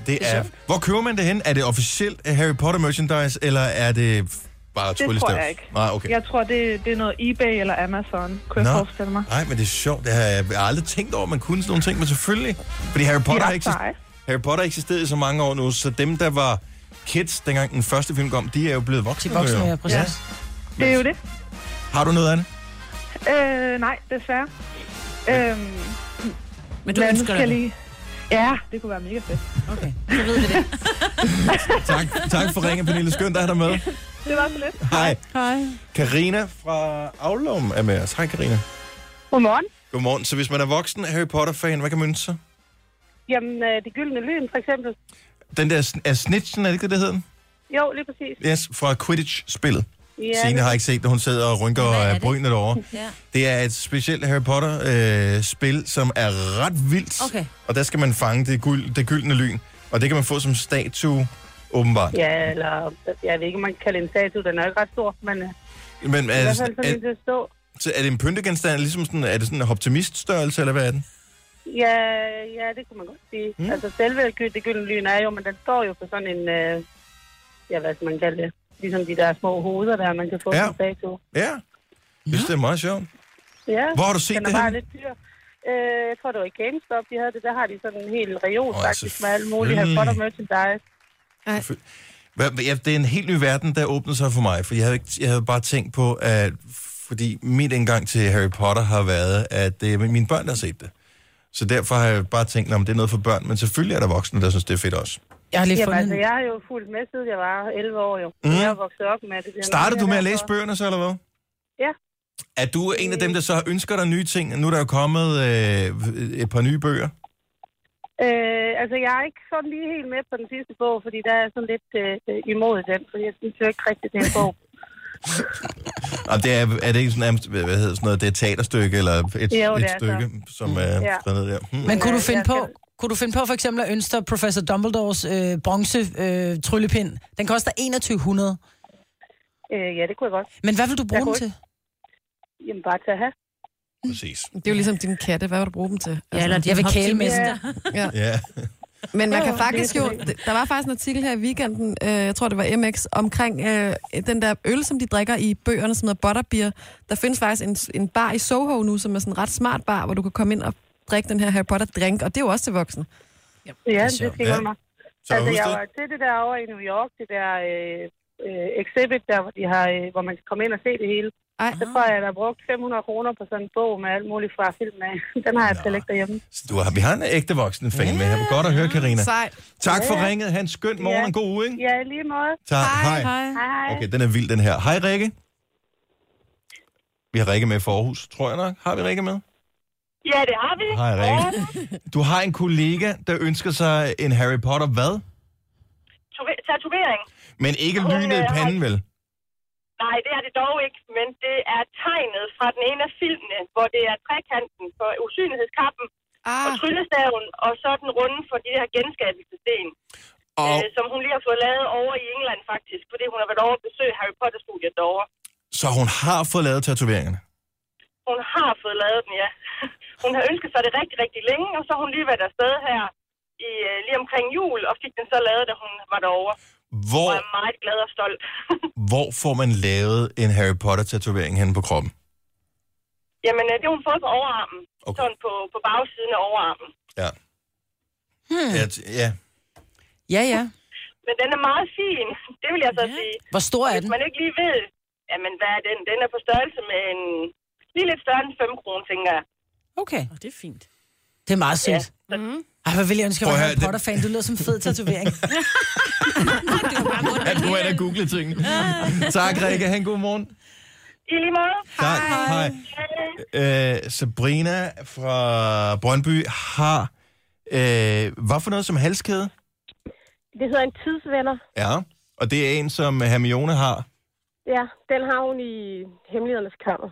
[SPEAKER 1] Det er... Hvor køber man det hen? Er det officielt Harry Potter merchandise, eller er det f- bare
[SPEAKER 7] tror
[SPEAKER 1] tryllestav?
[SPEAKER 7] jeg ikke.
[SPEAKER 1] Nej, okay.
[SPEAKER 7] jeg tror, det, det er noget eBay eller Amazon, kunne jeg forestille mig.
[SPEAKER 1] Nej, men det er sjovt. Det har jeg, jeg har aldrig tænkt over, at man kunne sådan nogle ting, men selvfølgelig. Fordi Harry Potter,
[SPEAKER 7] De er
[SPEAKER 1] har
[SPEAKER 7] ret seje.
[SPEAKER 1] eksist- Harry Potter eksisterede i så mange år nu, så dem, der var kids, dengang den første film kom, de er jo blevet voksne.
[SPEAKER 2] De voksne,
[SPEAKER 1] jo.
[SPEAKER 2] ja, præcis.
[SPEAKER 7] Det er jo det.
[SPEAKER 1] Har du noget andet?
[SPEAKER 7] Øh, nej, desværre. Øhm,
[SPEAKER 3] Men du
[SPEAKER 7] men nu
[SPEAKER 3] ønsker
[SPEAKER 7] skal
[SPEAKER 3] dig det.
[SPEAKER 7] jeg lige... Ja, det kunne være mega fedt.
[SPEAKER 3] Okay, så ved vi det.
[SPEAKER 1] Tak, tak for ringen, Pernille. Skønt at have dig med.
[SPEAKER 7] Det var så lidt.
[SPEAKER 1] Hej.
[SPEAKER 4] Hej.
[SPEAKER 1] Karina fra Aulum er med os. Hej, Karina.
[SPEAKER 7] Godmorgen.
[SPEAKER 1] Godmorgen. Så hvis man er voksen Harry Potter-fan, hvad kan man ønske sig?
[SPEAKER 7] Jamen, øh, det gyldne lyn, for eksempel.
[SPEAKER 1] Den der sn- er snitchen, er det ikke det, det hedder?
[SPEAKER 7] Jo, lige præcis.
[SPEAKER 1] Yes, fra Quidditch-spillet.
[SPEAKER 7] Ja,
[SPEAKER 1] Signe
[SPEAKER 7] det-
[SPEAKER 1] har ikke set det, hun sidder og rynker
[SPEAKER 3] Hvad er
[SPEAKER 1] af
[SPEAKER 3] det?
[SPEAKER 1] brynene derovre.
[SPEAKER 3] Ja.
[SPEAKER 1] Det er et specielt Harry Potter-spil, øh, spil, som er ret vildt.
[SPEAKER 3] Okay.
[SPEAKER 1] Og der skal man fange det, gyld, det gyldne lyn. Og det kan man få som statue, åbenbart.
[SPEAKER 7] Ja, eller jeg ved ikke, om man kan kalde en statue. Den er jo ikke ret stor, men øh,
[SPEAKER 1] Men
[SPEAKER 7] i
[SPEAKER 1] er,
[SPEAKER 7] hvert
[SPEAKER 1] det
[SPEAKER 7] fald
[SPEAKER 1] sådan-
[SPEAKER 7] så
[SPEAKER 1] er,
[SPEAKER 7] lige til at stå.
[SPEAKER 1] så er det en pyntegenstand? Ligesom sådan, er det sådan en optimiststørrelse, eller hvad er den?
[SPEAKER 7] Ja, ja, det kunne man godt sige. Mm. Altså, selve gy- det gyldne lyn er jo, men den står jo på sådan en, øh, ja, hvad skal man kalde det? Ligesom de der små hoveder der, man kan få
[SPEAKER 1] Ja.
[SPEAKER 7] ja. en statue.
[SPEAKER 1] Ja. Jeg synes, det er meget sjovt.
[SPEAKER 7] Ja,
[SPEAKER 1] Hvor har du set
[SPEAKER 7] den
[SPEAKER 1] det
[SPEAKER 7] er bare
[SPEAKER 1] henne?
[SPEAKER 7] lidt dyr. Øh, jeg tror, det var i GameStop, de havde det. Der har de sådan en hel region,
[SPEAKER 1] Åh,
[SPEAKER 7] oh, faktisk, med alle mulige Harry
[SPEAKER 1] selvfølgelig.
[SPEAKER 7] Potter merchandise.
[SPEAKER 1] Hvad- hvad- Ja, det er en helt ny verden, der åbner sig for mig, for jeg havde, ikke, jeg havde bare tænkt på, at fordi mit indgang til Harry Potter har været, at det er mine børn, der har set det. Så derfor har jeg bare tænkt, om det er noget for børn, men selvfølgelig er der voksne, der synes, det er fedt også.
[SPEAKER 2] Jeg har lige
[SPEAKER 7] Jamen, altså,
[SPEAKER 2] fundet
[SPEAKER 7] jeg har jo fulgt med, siden jeg var 11 år jo. Mm. Jeg er vokset op med det. det. er
[SPEAKER 1] Startede
[SPEAKER 7] noget,
[SPEAKER 1] du med at
[SPEAKER 7] jeg
[SPEAKER 1] læse
[SPEAKER 7] derfor-
[SPEAKER 1] bøgerne så, eller hvad?
[SPEAKER 7] Ja.
[SPEAKER 1] Er du en af dem, der så ønsker dig nye ting? Nu er der jo kommet øh, et par nye bøger.
[SPEAKER 7] Øh, altså, jeg er ikke sådan lige helt med på den sidste bog, fordi der er jeg sådan lidt øh, imod den, fordi jeg synes jo ikke rigtigt, det er en bog.
[SPEAKER 1] Og det er, er det ikke sådan, nærmest- hvad hvad hedder sådan noget, det er et teaterstykke, eller et,
[SPEAKER 7] Jo, det
[SPEAKER 1] et
[SPEAKER 7] er
[SPEAKER 1] stykke, som er
[SPEAKER 7] Ja.
[SPEAKER 1] skrevet ned der? Hmm.
[SPEAKER 2] Men kunne du
[SPEAKER 7] Øh,
[SPEAKER 2] finde
[SPEAKER 7] jeg
[SPEAKER 2] på,
[SPEAKER 7] skal-
[SPEAKER 2] kunne du finde på for eksempel at ønske dig Professor Dumbledores øh, bronze øh, tryllepind? Den koster 2100.
[SPEAKER 7] Øh, ja, det kunne jeg godt.
[SPEAKER 2] Men hvad vil du bruge den
[SPEAKER 7] Jeg kunne
[SPEAKER 2] til?
[SPEAKER 7] Jamen, bare til at have.
[SPEAKER 1] Præcis.
[SPEAKER 4] Det er jo ligesom dine katte. Hvad vil du bruge dem til? Altså,
[SPEAKER 3] Ja, eller
[SPEAKER 2] Jeg vil
[SPEAKER 3] din
[SPEAKER 2] kæle med
[SPEAKER 3] Altså, optimist.
[SPEAKER 2] den.
[SPEAKER 1] Ja.
[SPEAKER 4] Men man
[SPEAKER 7] Jo,
[SPEAKER 4] kan
[SPEAKER 7] jo,
[SPEAKER 4] faktisk
[SPEAKER 7] det er
[SPEAKER 4] jo... Der var faktisk en artikel her i weekenden, øh, jeg tror det var MX, omkring øh, den der øl, som de drikker i bøgerne, som hedder Butterbeer. Der findes faktisk en, en bar i Soho nu, som er sådan en ret smart bar, hvor du kan komme ind og drikke den her Harry Potter-drink, og det er jo også til voksne.
[SPEAKER 7] Ja,
[SPEAKER 2] Det er
[SPEAKER 7] det,
[SPEAKER 2] sjovt.
[SPEAKER 7] skal
[SPEAKER 1] Ja.
[SPEAKER 7] jeg ja. mig.
[SPEAKER 1] Så
[SPEAKER 7] altså,
[SPEAKER 1] husk
[SPEAKER 7] jeg
[SPEAKER 1] det.
[SPEAKER 7] var til det der over i New York, det der øh, øh, exhibit, der, hvor, de har, øh, hvor man kan komme ind og se det hele.
[SPEAKER 4] Ej.
[SPEAKER 7] Så tror jeg, at jeg har brugt 500 kroner på sådan en bog med alt muligt fra film af. Den har jeg
[SPEAKER 1] Nå.
[SPEAKER 7] til ikke derhjemme.
[SPEAKER 1] Så du har, vi har en ægte voksen fan med her. Hvor Godt at høre, Karina.
[SPEAKER 4] Sejt.
[SPEAKER 1] Tak for ringet. Han skøn morgen og
[SPEAKER 7] Ja.
[SPEAKER 1] en god uge, ikke?
[SPEAKER 7] Ja, i lige måde.
[SPEAKER 1] Tak.
[SPEAKER 4] Hej, hej.
[SPEAKER 7] Hej.
[SPEAKER 1] Okay, den er vild, den her. Hej, Rikke. Vi har Rikke med for Aarhus, tror jeg nok. Har vi Rikke med?
[SPEAKER 7] Ja, det har vi.
[SPEAKER 1] Hej, Rikke. Du har en kollega, der ønsker sig en Harry Potter hvad?
[SPEAKER 7] Tatovering.
[SPEAKER 1] Men ikke
[SPEAKER 7] Hun,
[SPEAKER 1] lynet i
[SPEAKER 7] øh, har-
[SPEAKER 1] panden, vel?
[SPEAKER 7] Nej, det er det dog ikke, men det er tegnet fra den ene af filmene, hvor det er trekanten for usynlighedskappen ah. og
[SPEAKER 4] Ah,
[SPEAKER 7] tryllestaven, og så den runde for de her genskabelsessten,
[SPEAKER 1] Og
[SPEAKER 7] øh, som hun lige har fået lavet over i England faktisk, fordi hun har været over at besøge Harry Potter-studiet derovre.
[SPEAKER 1] så hun har fået lavet tatoveringerne.
[SPEAKER 7] Hun har fået lavet den, ja. Hun har ønsket sig det rigtig, rigtig længe, og så har hun lige været afsted her i, øh, lige omkring jul, og fik den så lavet, da hun var derovre. Og
[SPEAKER 1] Hvor,
[SPEAKER 7] er meget glad og stolt.
[SPEAKER 1] hvor får man lavet en Harry Potter-tatovering hen på kroppen?
[SPEAKER 7] Jamen, øh, det har hun fået på overarmen.
[SPEAKER 1] Okay.
[SPEAKER 7] Okay. Sådan på, på bagsiden af overarmen.
[SPEAKER 1] Ja. Hmm. Ja, t- ja.
[SPEAKER 2] Ja, ja.
[SPEAKER 7] Men den er meget fin, det vil jeg så ja. sige.
[SPEAKER 2] Hvor stor er
[SPEAKER 7] Hvis
[SPEAKER 2] den?
[SPEAKER 7] man ikke lige ved, jamen hvad er den? Den er på størrelse med en... Lige lidt større end 5 kroner, tænker jeg.
[SPEAKER 2] Okay.
[SPEAKER 3] Åh, det er fint.
[SPEAKER 2] Det er meget sødt. Ja.
[SPEAKER 7] Mhm.
[SPEAKER 2] Ej, hvor vil jeg ønske, at jeg
[SPEAKER 1] Prøv
[SPEAKER 2] var
[SPEAKER 1] at
[SPEAKER 2] Harry
[SPEAKER 1] høre, det-
[SPEAKER 2] Potter-fan. Du lyder som en fed tatovering.
[SPEAKER 1] At du er der google tingene. tak, Rikke. Ha' en god morgen.
[SPEAKER 7] I lige måde.
[SPEAKER 1] Tak. Hej. Hej. Øh, Sabrina fra Brøndby har... Øh, hvad for noget som halskæde?
[SPEAKER 7] Det hedder en tidsvender.
[SPEAKER 1] Ja. Og det er en, som Hermione har.
[SPEAKER 7] Ja, den har hun i Hemmelighedernes Kammer.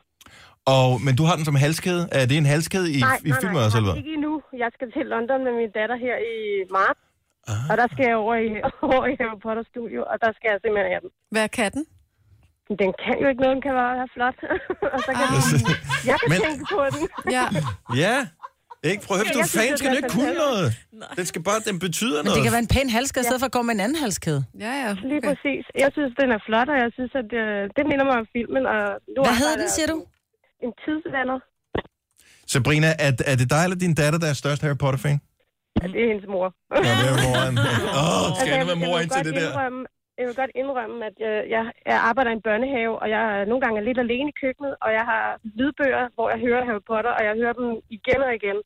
[SPEAKER 1] Og, men du har den som halskæde. Er det en halskæde i, i film
[SPEAKER 7] jeg
[SPEAKER 1] også, eller
[SPEAKER 7] har den
[SPEAKER 1] hvad?
[SPEAKER 7] ikke endnu. Jeg skal til London med min datter her i marts. Ah. Og der skal jeg over i, over i Harry Potter Studio, og der skal jeg simpelthen have den.
[SPEAKER 4] Hvad er katten?
[SPEAKER 7] Den kan jo ikke noget, den kan bare være flot. og så kan ah. jeg kan
[SPEAKER 1] Men-
[SPEAKER 7] Men... tænke på den.
[SPEAKER 4] Ja,
[SPEAKER 1] Ja. Ikke? Prøv at høre,
[SPEAKER 7] Jeg
[SPEAKER 1] hvis du
[SPEAKER 7] synes,
[SPEAKER 1] er fan,
[SPEAKER 7] det
[SPEAKER 1] skal
[SPEAKER 7] er
[SPEAKER 1] den ikke kunne
[SPEAKER 7] fantastisk.
[SPEAKER 1] noget. Den skal bare, den betyder
[SPEAKER 2] Men det kan
[SPEAKER 1] noget.
[SPEAKER 2] være en pæn halskæde, i stedet for at gå med en anden halskæde.
[SPEAKER 4] ja, ja.
[SPEAKER 7] Lige
[SPEAKER 4] Okay.
[SPEAKER 7] præcis. Jeg synes, den er flot, og jeg synes, at det, det minder mig om filmen. Og
[SPEAKER 2] Hvad
[SPEAKER 7] nu arbejder
[SPEAKER 2] hedder den,
[SPEAKER 7] jeg
[SPEAKER 2] siger du?
[SPEAKER 7] som En tidsvander.
[SPEAKER 1] Sabrina, er, er det dig eller din datter, der er størst Harry Potter-fan?
[SPEAKER 7] Ja, det er hendes mor.
[SPEAKER 1] Nå, det er moren. Åh, skal jeg nu
[SPEAKER 7] vil-
[SPEAKER 1] være mor
[SPEAKER 7] vil
[SPEAKER 1] ind til
[SPEAKER 7] godt
[SPEAKER 1] det der?
[SPEAKER 7] Indrømme, jeg vil godt indrømme, at øh, jeg, jeg arbejder i en børnehave, og jeg er nogle gange er lidt alene i køkkenet, og jeg har lydbøger, hvor jeg hører Harry Potter, og jeg hører dem igen og igen.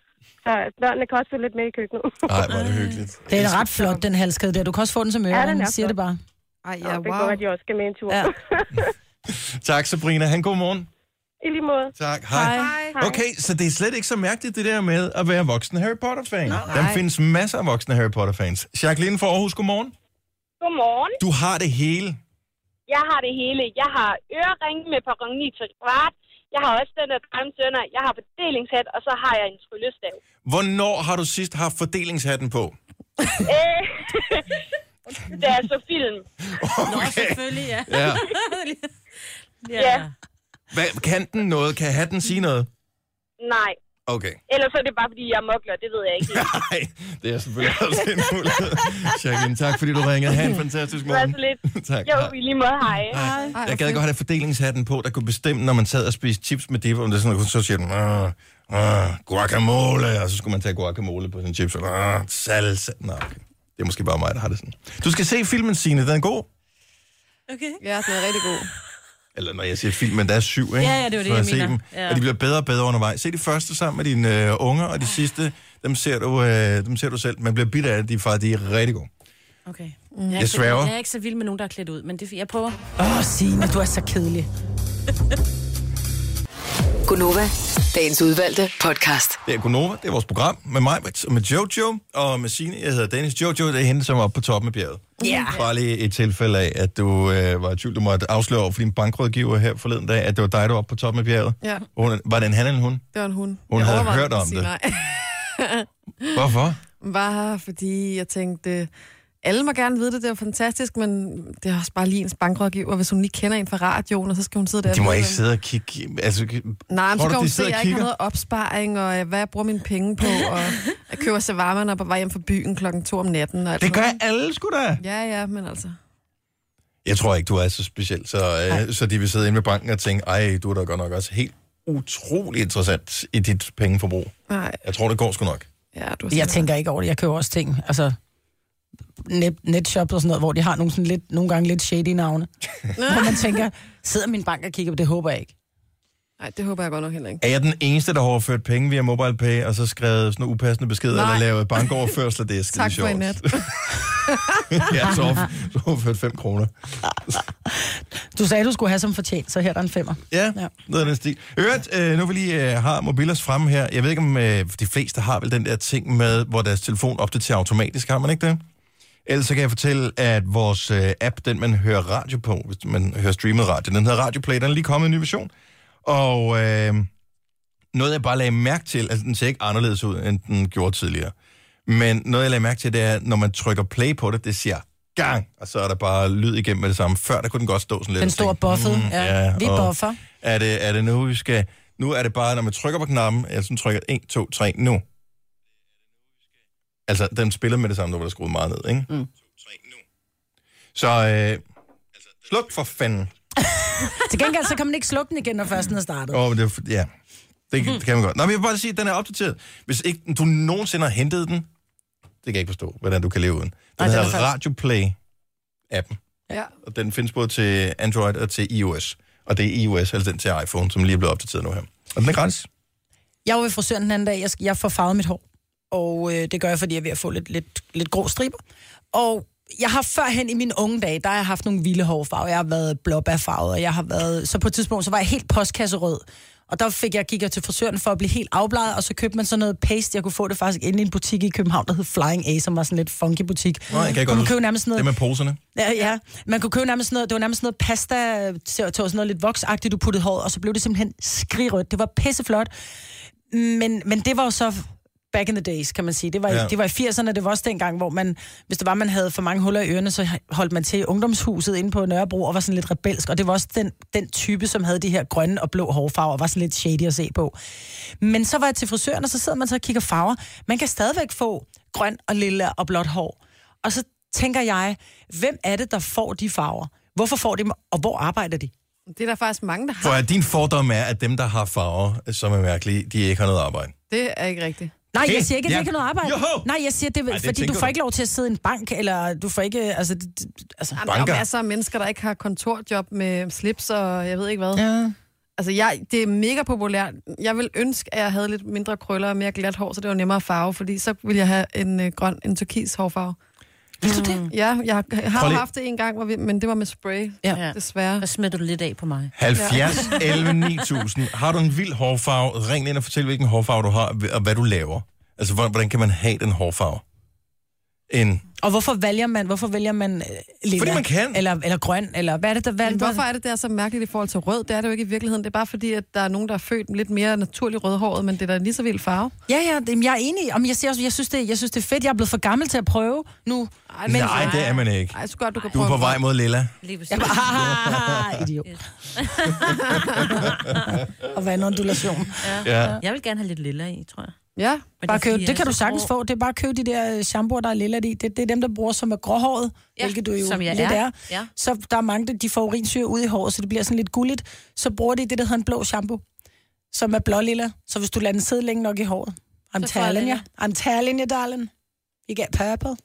[SPEAKER 7] Så børnene kan også følge lidt med i køkkenet.
[SPEAKER 1] Nej, hvor er det hyggeligt.
[SPEAKER 2] Det er ret flot, den halskæde der. Du kan også få den som
[SPEAKER 7] Ja, den
[SPEAKER 2] ørerne,
[SPEAKER 7] er
[SPEAKER 2] siger det
[SPEAKER 7] flot.
[SPEAKER 2] bare.
[SPEAKER 4] Ej,
[SPEAKER 7] Ja,
[SPEAKER 4] ja,
[SPEAKER 7] Det går,
[SPEAKER 4] wow.
[SPEAKER 7] at de også skal med en tur.
[SPEAKER 2] Ah, Ja.
[SPEAKER 7] Ja.
[SPEAKER 1] Tak, Sabrina. Han, god morgen.
[SPEAKER 7] I lige måde.
[SPEAKER 1] Tak. Hej. Okay, så det er slet ikke så mærkeligt, det der med at være voksen Harry Potter-fan. Der findes masser af voksne Harry Potter-fans. Jacqueline fra Aarhus, godmorgen.
[SPEAKER 7] Godmorgen.
[SPEAKER 1] Du har det hele.
[SPEAKER 7] Jeg har det hele. Jeg har øreringe med peroni til kvart. Jeg har også den der drømsønder. Jeg har fordelingshat, og så har jeg en tryllestav.
[SPEAKER 1] Hvornår har du sidst haft fordelingshatten på?
[SPEAKER 7] Øh, det er så film.
[SPEAKER 3] Nå, selvfølgelig, ja.
[SPEAKER 1] Ja.
[SPEAKER 7] Ja.
[SPEAKER 1] Hvad, kan den noget? Kan hatten sige noget?
[SPEAKER 7] Nej.
[SPEAKER 1] Okay.
[SPEAKER 7] Ellers er det bare, fordi jeg er mokler. Det ved jeg ikke.
[SPEAKER 1] Nej, det er selvfølgelig også en mulighed. Jacqueline, tak fordi du ringede. Ha' en fantastisk
[SPEAKER 7] Det var
[SPEAKER 1] morgen.
[SPEAKER 7] så lidt.
[SPEAKER 1] Tak.
[SPEAKER 7] Jo,
[SPEAKER 1] Hej.
[SPEAKER 7] i lige måde, hej.
[SPEAKER 1] Ej, jeg gad godt have fordelingshatten på, der kunne bestemme, når man sad og spiste chips med dip, om det er sådan, så siger den, "Ah, ah, guacamole, og så skulle man tage guacamole på sin chips, eller ah, salsa. Nå, okay. Det er måske bare mig, der har det sådan. Du skal se filmen, Signe, den er god.
[SPEAKER 3] Okay.
[SPEAKER 4] Ja, den er rigtig god.
[SPEAKER 1] Eller når jeg siger film, men der er syv, ikke?
[SPEAKER 3] Ja, ja, det var det,
[SPEAKER 1] Så
[SPEAKER 3] jeg
[SPEAKER 1] se
[SPEAKER 3] mener.
[SPEAKER 1] Dem,
[SPEAKER 3] Ja. Ah.
[SPEAKER 1] Og de bliver bedre og bedre undervejs. Se de første sammen med dine øh, unger, og de sidste, dem ser, du, øh, dem ser du selv. Man bliver bidt af det, de, er faktisk- de er rigtig gode.
[SPEAKER 3] okay. Mm. Jeg, er
[SPEAKER 1] Jeg
[SPEAKER 3] ikke så-
[SPEAKER 1] sværger.
[SPEAKER 3] Jeg er ikke så vild med nogen, der er klædt ud, men det, jeg prøver.
[SPEAKER 2] Åh, oh, Signe, du er så kedelig.
[SPEAKER 5] Gunova, dagens udvalgte podcast.
[SPEAKER 1] Det er Gunova, det er vores program med mig, Brits, og med Jojo, og med Signe. Jeg hedder Dennis Jojo, det er hende, som er oppe på toppen af bjerget. Ja. Bare lige et tilfælde af, at du øh, var i tvivl, du måtte afsløre over for din bankrådgiver her forleden dag, at det var dig, der var oppe på toppen af bjerget.
[SPEAKER 4] Ja.
[SPEAKER 1] Hun, var det en han eller en hun?
[SPEAKER 4] Det var en hund.
[SPEAKER 1] Hun
[SPEAKER 4] Jeg
[SPEAKER 1] havde
[SPEAKER 4] overvejede
[SPEAKER 1] hørt
[SPEAKER 4] at
[SPEAKER 1] om
[SPEAKER 4] sige
[SPEAKER 1] det.
[SPEAKER 4] Nej.
[SPEAKER 1] Hvorfor?
[SPEAKER 4] Bare fordi jeg tænkte, alle må gerne vide det, det er jo fantastisk, men det er også bare lige ens bankrådgiver, hvis hun lige kender en fra radioen, og så skal hun sidde der.
[SPEAKER 1] De må
[SPEAKER 4] og-
[SPEAKER 1] ikke sidde og kigge... Altså, Nej,
[SPEAKER 4] Nej, men så
[SPEAKER 1] Tror du,
[SPEAKER 4] kan hun
[SPEAKER 1] de
[SPEAKER 4] se,
[SPEAKER 1] sidder
[SPEAKER 4] at jeg
[SPEAKER 1] og
[SPEAKER 4] ikke har
[SPEAKER 1] kigger?
[SPEAKER 4] noget opsparing, og øh, hvad jeg bruger mine penge på, og jeg køber shawarma, når jeg er på vej hjem fra byen klokken to om natten. Og alt
[SPEAKER 1] det
[SPEAKER 4] sådan
[SPEAKER 1] gør
[SPEAKER 4] noget.
[SPEAKER 1] alle sgu da.
[SPEAKER 4] Ja, ja, men altså.
[SPEAKER 1] Jeg tror ikke, du er så speciel, så, øh, så de vil sidde inde ved banken og tænke, ej, du er da godt nok også helt utrolig interessant i dit pengeforbrug.
[SPEAKER 4] Nej,
[SPEAKER 1] Jeg tror, det går sgu nok.
[SPEAKER 4] ja, du har
[SPEAKER 2] Jeg
[SPEAKER 4] sikkert-
[SPEAKER 2] tænker ikke over det. Jeg køber også ting. Altså, net, netshop og sådan noget, hvor de har nogle, sådan lidt, nogle gange lidt shady navne. hvor man tænker, sidder min bank og kigger på det? håber jeg ikke.
[SPEAKER 4] Nej, det håber jeg godt nok heller ikke.
[SPEAKER 1] Er jeg den eneste, der har overført penge via MobilePay, og så skrevet sådan nogle upassende beskeder,
[SPEAKER 4] Nej.
[SPEAKER 1] eller lavet bankoverførsler? Det er skide
[SPEAKER 4] Tak for
[SPEAKER 1] sjovt.
[SPEAKER 4] i nat.
[SPEAKER 1] jeg har så overf- så overført 5 kroner.
[SPEAKER 2] Du sagde, du skulle have som fortjent, så her er der en femmer.
[SPEAKER 1] Ja,
[SPEAKER 2] Ja.
[SPEAKER 1] noget af den stil. Øvrigt, øh, nu vi lige øh, har mobilers fremme her. Jeg ved ikke, om øh, de fleste har vel den der ting med, hvor deres telefon opdaterer automatisk. Har man ikke det? Ellers så kan jeg fortælle, at vores øh, app, den man hører radio på, hvis man hører streamet radio, den hedder Radio Play, den er lige kommet i en ny version. Og øh, noget, jeg bare lagde mærke til, altså den ser ikke anderledes ud, end den gjorde tidligere. Men noget, jeg lagde mærke til, det er, at når man trykker play på det, det siger gang, og så er der bare lyd igennem med det samme. Før, der kunne den godt stå sådan lidt.
[SPEAKER 2] Den
[SPEAKER 1] og
[SPEAKER 2] store
[SPEAKER 1] tænke,
[SPEAKER 2] buffet.
[SPEAKER 1] "Mm,
[SPEAKER 2] Ja. Vi
[SPEAKER 1] og
[SPEAKER 2] buffer.
[SPEAKER 1] Er det, er det nu, vi skal... Nu er det bare, når man trykker på knappen, jeg sådan trykker 1, 2, 3, nu. Altså, den spiller med det samme, når der er skruet meget ned, ikke? Mm. Så øh, sluk for fanden.
[SPEAKER 2] Til gengæld, så kan man ikke slukke den igen, når først den er startet.
[SPEAKER 1] Åh, oh, det, er- ja. Det, kan- det kan man godt. Nå, men jeg vil bare sige, at den er opdateret. Hvis ikke du nogensinde har hentet den, det kan jeg ikke forstå, hvordan du kan leve uden. Den
[SPEAKER 2] Nej,
[SPEAKER 1] Nej,
[SPEAKER 2] den er
[SPEAKER 1] hedder
[SPEAKER 2] faktisk-
[SPEAKER 1] Radio Play-appen,
[SPEAKER 4] Ja.
[SPEAKER 1] og den findes både til Android og til iOS. Og det er iOS, altså den til iPhone, som lige er blevet opdateret nu her. Og den er gratis.
[SPEAKER 2] Jeg var ved frisøren den anden dag, jeg, skal- jeg får farvet mit hår. Og øh, det gør jeg, fordi jeg er ved at få lidt, lidt, lidt grå striber. Og jeg har førhen i mine unge dage, der har jeg haft nogle vilde hårfarver. Jeg har været blåbærfarvet, og jeg har været... Så på et tidspunkt, så var jeg helt postkasserød. Og der fik jeg, gik jeg til frisøren for at blive helt afbleget, og så købte man sådan noget paste. Jeg kunne få det faktisk inde i en butik i København, der hed Flying A, som var sådan lidt funky butik.
[SPEAKER 1] Nå, jeg kan ikke
[SPEAKER 2] Kunne man
[SPEAKER 1] huske.
[SPEAKER 2] købe nærmest sådan
[SPEAKER 1] Det med
[SPEAKER 2] noget,
[SPEAKER 1] poserne.
[SPEAKER 2] ja, ja, man kunne købe nærmest sådan noget, det var nærmest sådan noget pasta, øh, til til sådan noget lidt voksagtigt, du puttede håret, og så blev det simpelthen skrigrødt. Det var pisseflot. Men, men det var jo så back in the days, kan man sige. Det var,
[SPEAKER 1] Ja.
[SPEAKER 2] ja. det var i 80'erne, det var også dengang, hvor man, hvis det var, man havde for mange huller i ørerne, så holdt man til i ungdomshuset inde på Nørrebro og var sådan lidt rebelsk. Og det var også den, den type, som havde de her grønne og blå hårfarver og var sådan lidt shady at se på. Men så var jeg til frisøren, og så sidder man så og kigger farver. Man kan stadigvæk få grøn og lille og blåt hår. Og så tænker jeg, hvem er det, der får de farver? Hvorfor får de dem, og hvor arbejder de?
[SPEAKER 4] Det er der faktisk mange, der har.
[SPEAKER 1] For at din fordom er, at dem, der har farver, øh, som er mærkelige, de ikke har noget arbejde.
[SPEAKER 4] Det er ikke rigtigt.
[SPEAKER 2] Nej,
[SPEAKER 1] Okay,
[SPEAKER 2] jeg siger ikke, at det
[SPEAKER 1] ja.
[SPEAKER 2] ikke er noget arbejde.
[SPEAKER 1] Joho!
[SPEAKER 2] Nej, jeg siger, det,
[SPEAKER 1] det
[SPEAKER 2] det fordi
[SPEAKER 1] tænker
[SPEAKER 2] du får
[SPEAKER 1] du.
[SPEAKER 2] ikke lov til at sidde i en bank, eller du får ikke... Altså, det, det- altså.
[SPEAKER 4] Jamen, der er
[SPEAKER 1] Banker.
[SPEAKER 4] jo masser af mennesker, der ikke har kontorjob med slips og jeg ved ikke hvad. Ja.
[SPEAKER 2] Ja.
[SPEAKER 4] Altså, jeg, det er mega populært. Jeg vil ønske, at jeg havde lidt mindre krøller og mere glat hår, så det var nemmere at farve, fordi så ville jeg have en øh, grøn, en turkis hårfarve.
[SPEAKER 2] Vil du det?
[SPEAKER 4] Ja, jeg har, jeg har
[SPEAKER 1] Prøv
[SPEAKER 4] jo
[SPEAKER 1] lige-
[SPEAKER 4] haft det en gang, hvor vi, men det var med spray,
[SPEAKER 3] Ja.
[SPEAKER 4] ja. desværre.
[SPEAKER 2] Altså,
[SPEAKER 3] Så smitter du lidt af på mig.
[SPEAKER 1] 70, 11, 9000. Har du en vild hårfarve, ring ind og fortæl, hvilken hårfarve du har, og hvad du laver. Altså, hvor- hvordan kan man have den hårfarve? En,
[SPEAKER 2] Og hvorfor vælger man, hvorfor vælger man øh, lilla?
[SPEAKER 1] Fordi man kan.
[SPEAKER 2] Eller, eller grøn, eller hvad er det, der hvad er
[SPEAKER 4] Men
[SPEAKER 2] det, der-
[SPEAKER 4] hvorfor er det der så mærkeligt i forhold til rød? Det er det jo ikke i virkeligheden. Det er bare fordi, at der er nogen, der er født lidt mere naturligt rødhåret, men det er da en lige så vild farve.
[SPEAKER 2] Ja, ja, det- jamen, jeg er enig. Om jeg, siger også, jeg, synes det, jeg synes, det er fedt. Jeg er blevet for gammel til at prøve nu.
[SPEAKER 4] Ej,
[SPEAKER 1] men, nej, det er man ikke.
[SPEAKER 4] Ej, så godt, du kan
[SPEAKER 1] Du er
[SPEAKER 4] prøve
[SPEAKER 1] på
[SPEAKER 4] en
[SPEAKER 1] vej
[SPEAKER 4] grøn.
[SPEAKER 1] mod lilla.
[SPEAKER 3] Lige præcis.
[SPEAKER 2] Jeg bare, ah, idiot. og vandundulation.
[SPEAKER 1] Ja.
[SPEAKER 3] Jeg vil gerne have lidt lilla i, tror jeg.
[SPEAKER 4] Ja,
[SPEAKER 3] Men
[SPEAKER 2] Bare
[SPEAKER 3] er fordi,
[SPEAKER 2] køb,
[SPEAKER 3] jeg
[SPEAKER 2] det
[SPEAKER 3] er
[SPEAKER 2] kan du
[SPEAKER 3] så
[SPEAKER 2] sagtens
[SPEAKER 3] grå.
[SPEAKER 2] få. Det er bare at købe de der øh, shampooer, der er lilla i. Det, det er dem, der bruger, som er gråhåret, ja,
[SPEAKER 3] Ja,
[SPEAKER 2] hvilket du jo
[SPEAKER 3] som jeg
[SPEAKER 2] lidt
[SPEAKER 3] er.
[SPEAKER 2] er.
[SPEAKER 3] Ja.
[SPEAKER 2] Så der er mange, der- de får urinsyre ud i håret, så det bliver sådan lidt gulligt. Så bruger de det, der hedder en blå shampoo, som er blålilla. Så hvis du lader den sidde længe nok i håret. I'm
[SPEAKER 3] Så får jeg
[SPEAKER 2] telling you.
[SPEAKER 3] lilla.
[SPEAKER 2] I'm telling you, darling. You get purple.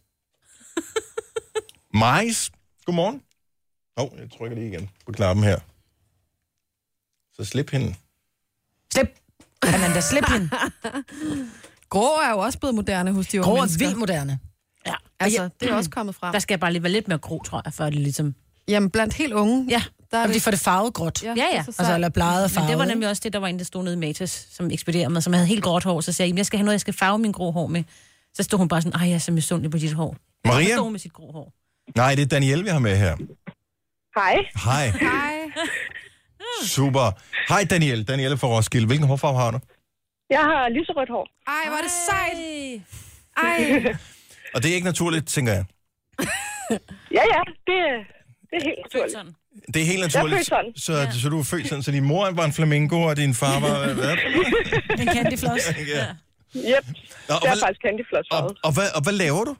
[SPEAKER 1] Majs, godmorgen. Åh, oh, jeg trykker lige igen på knappen her. Så slip hende.
[SPEAKER 2] Slip. Amanda, slip hende.
[SPEAKER 4] grå er jo også blevet moderne hos de unge
[SPEAKER 2] Grå er
[SPEAKER 4] mennesker.
[SPEAKER 2] vildt moderne.
[SPEAKER 3] Ja.
[SPEAKER 4] Altså, det er
[SPEAKER 3] mm.
[SPEAKER 4] også kommet frem.
[SPEAKER 3] Der skal jeg bare lige være lidt mere grå, tror jeg, før det ligesom...
[SPEAKER 4] Jamen, blandt helt unge,
[SPEAKER 3] Ja,
[SPEAKER 4] der er
[SPEAKER 2] Jamen, de
[SPEAKER 4] det...
[SPEAKER 2] får det farvet gråt. Ja.
[SPEAKER 3] ja, ja.
[SPEAKER 4] så sejt.
[SPEAKER 2] Altså, eller bleget og farvet.
[SPEAKER 3] Men det var
[SPEAKER 2] ikke?
[SPEAKER 3] nemlig også det, der var en, der stod nede i Matas, som ekspederede mig, som havde helt gråt hår. Så sagde jeg, "Jamen, jeg skal have noget, jeg skal farve min grå hår med. Så stod hun bare sådan, ej, jeg er så misundelig på dit hår. Så
[SPEAKER 1] Maria?
[SPEAKER 3] stod hun med sit grå hår.
[SPEAKER 1] Nej, det er Danielle, vi har med her.
[SPEAKER 7] Hej.
[SPEAKER 1] Hej.
[SPEAKER 4] Hej.
[SPEAKER 1] Super. Hej Danielle. Danielle fra Roskilde. Hvilken hårfarve har du?
[SPEAKER 7] Jeg har lyserødt hår.
[SPEAKER 4] Ej, hvor er det sejt.
[SPEAKER 3] Ej.
[SPEAKER 4] Ej.
[SPEAKER 1] Og det er ikke naturligt, tænker jeg.
[SPEAKER 7] Ja, ja, det, det er helt naturligt.
[SPEAKER 3] Sådan.
[SPEAKER 1] Det er helt
[SPEAKER 7] født
[SPEAKER 1] naturligt.
[SPEAKER 7] sådan.
[SPEAKER 1] Så, ja. så du er født sådan, så din mor var en flamingo, og din far var... Hvad?
[SPEAKER 2] En candyfloss.
[SPEAKER 1] Ja.
[SPEAKER 7] Yep,
[SPEAKER 1] Nå, og,
[SPEAKER 7] det er
[SPEAKER 1] hvad,
[SPEAKER 7] faktisk candyfloss
[SPEAKER 1] og, og, hvad, og hvad laver du?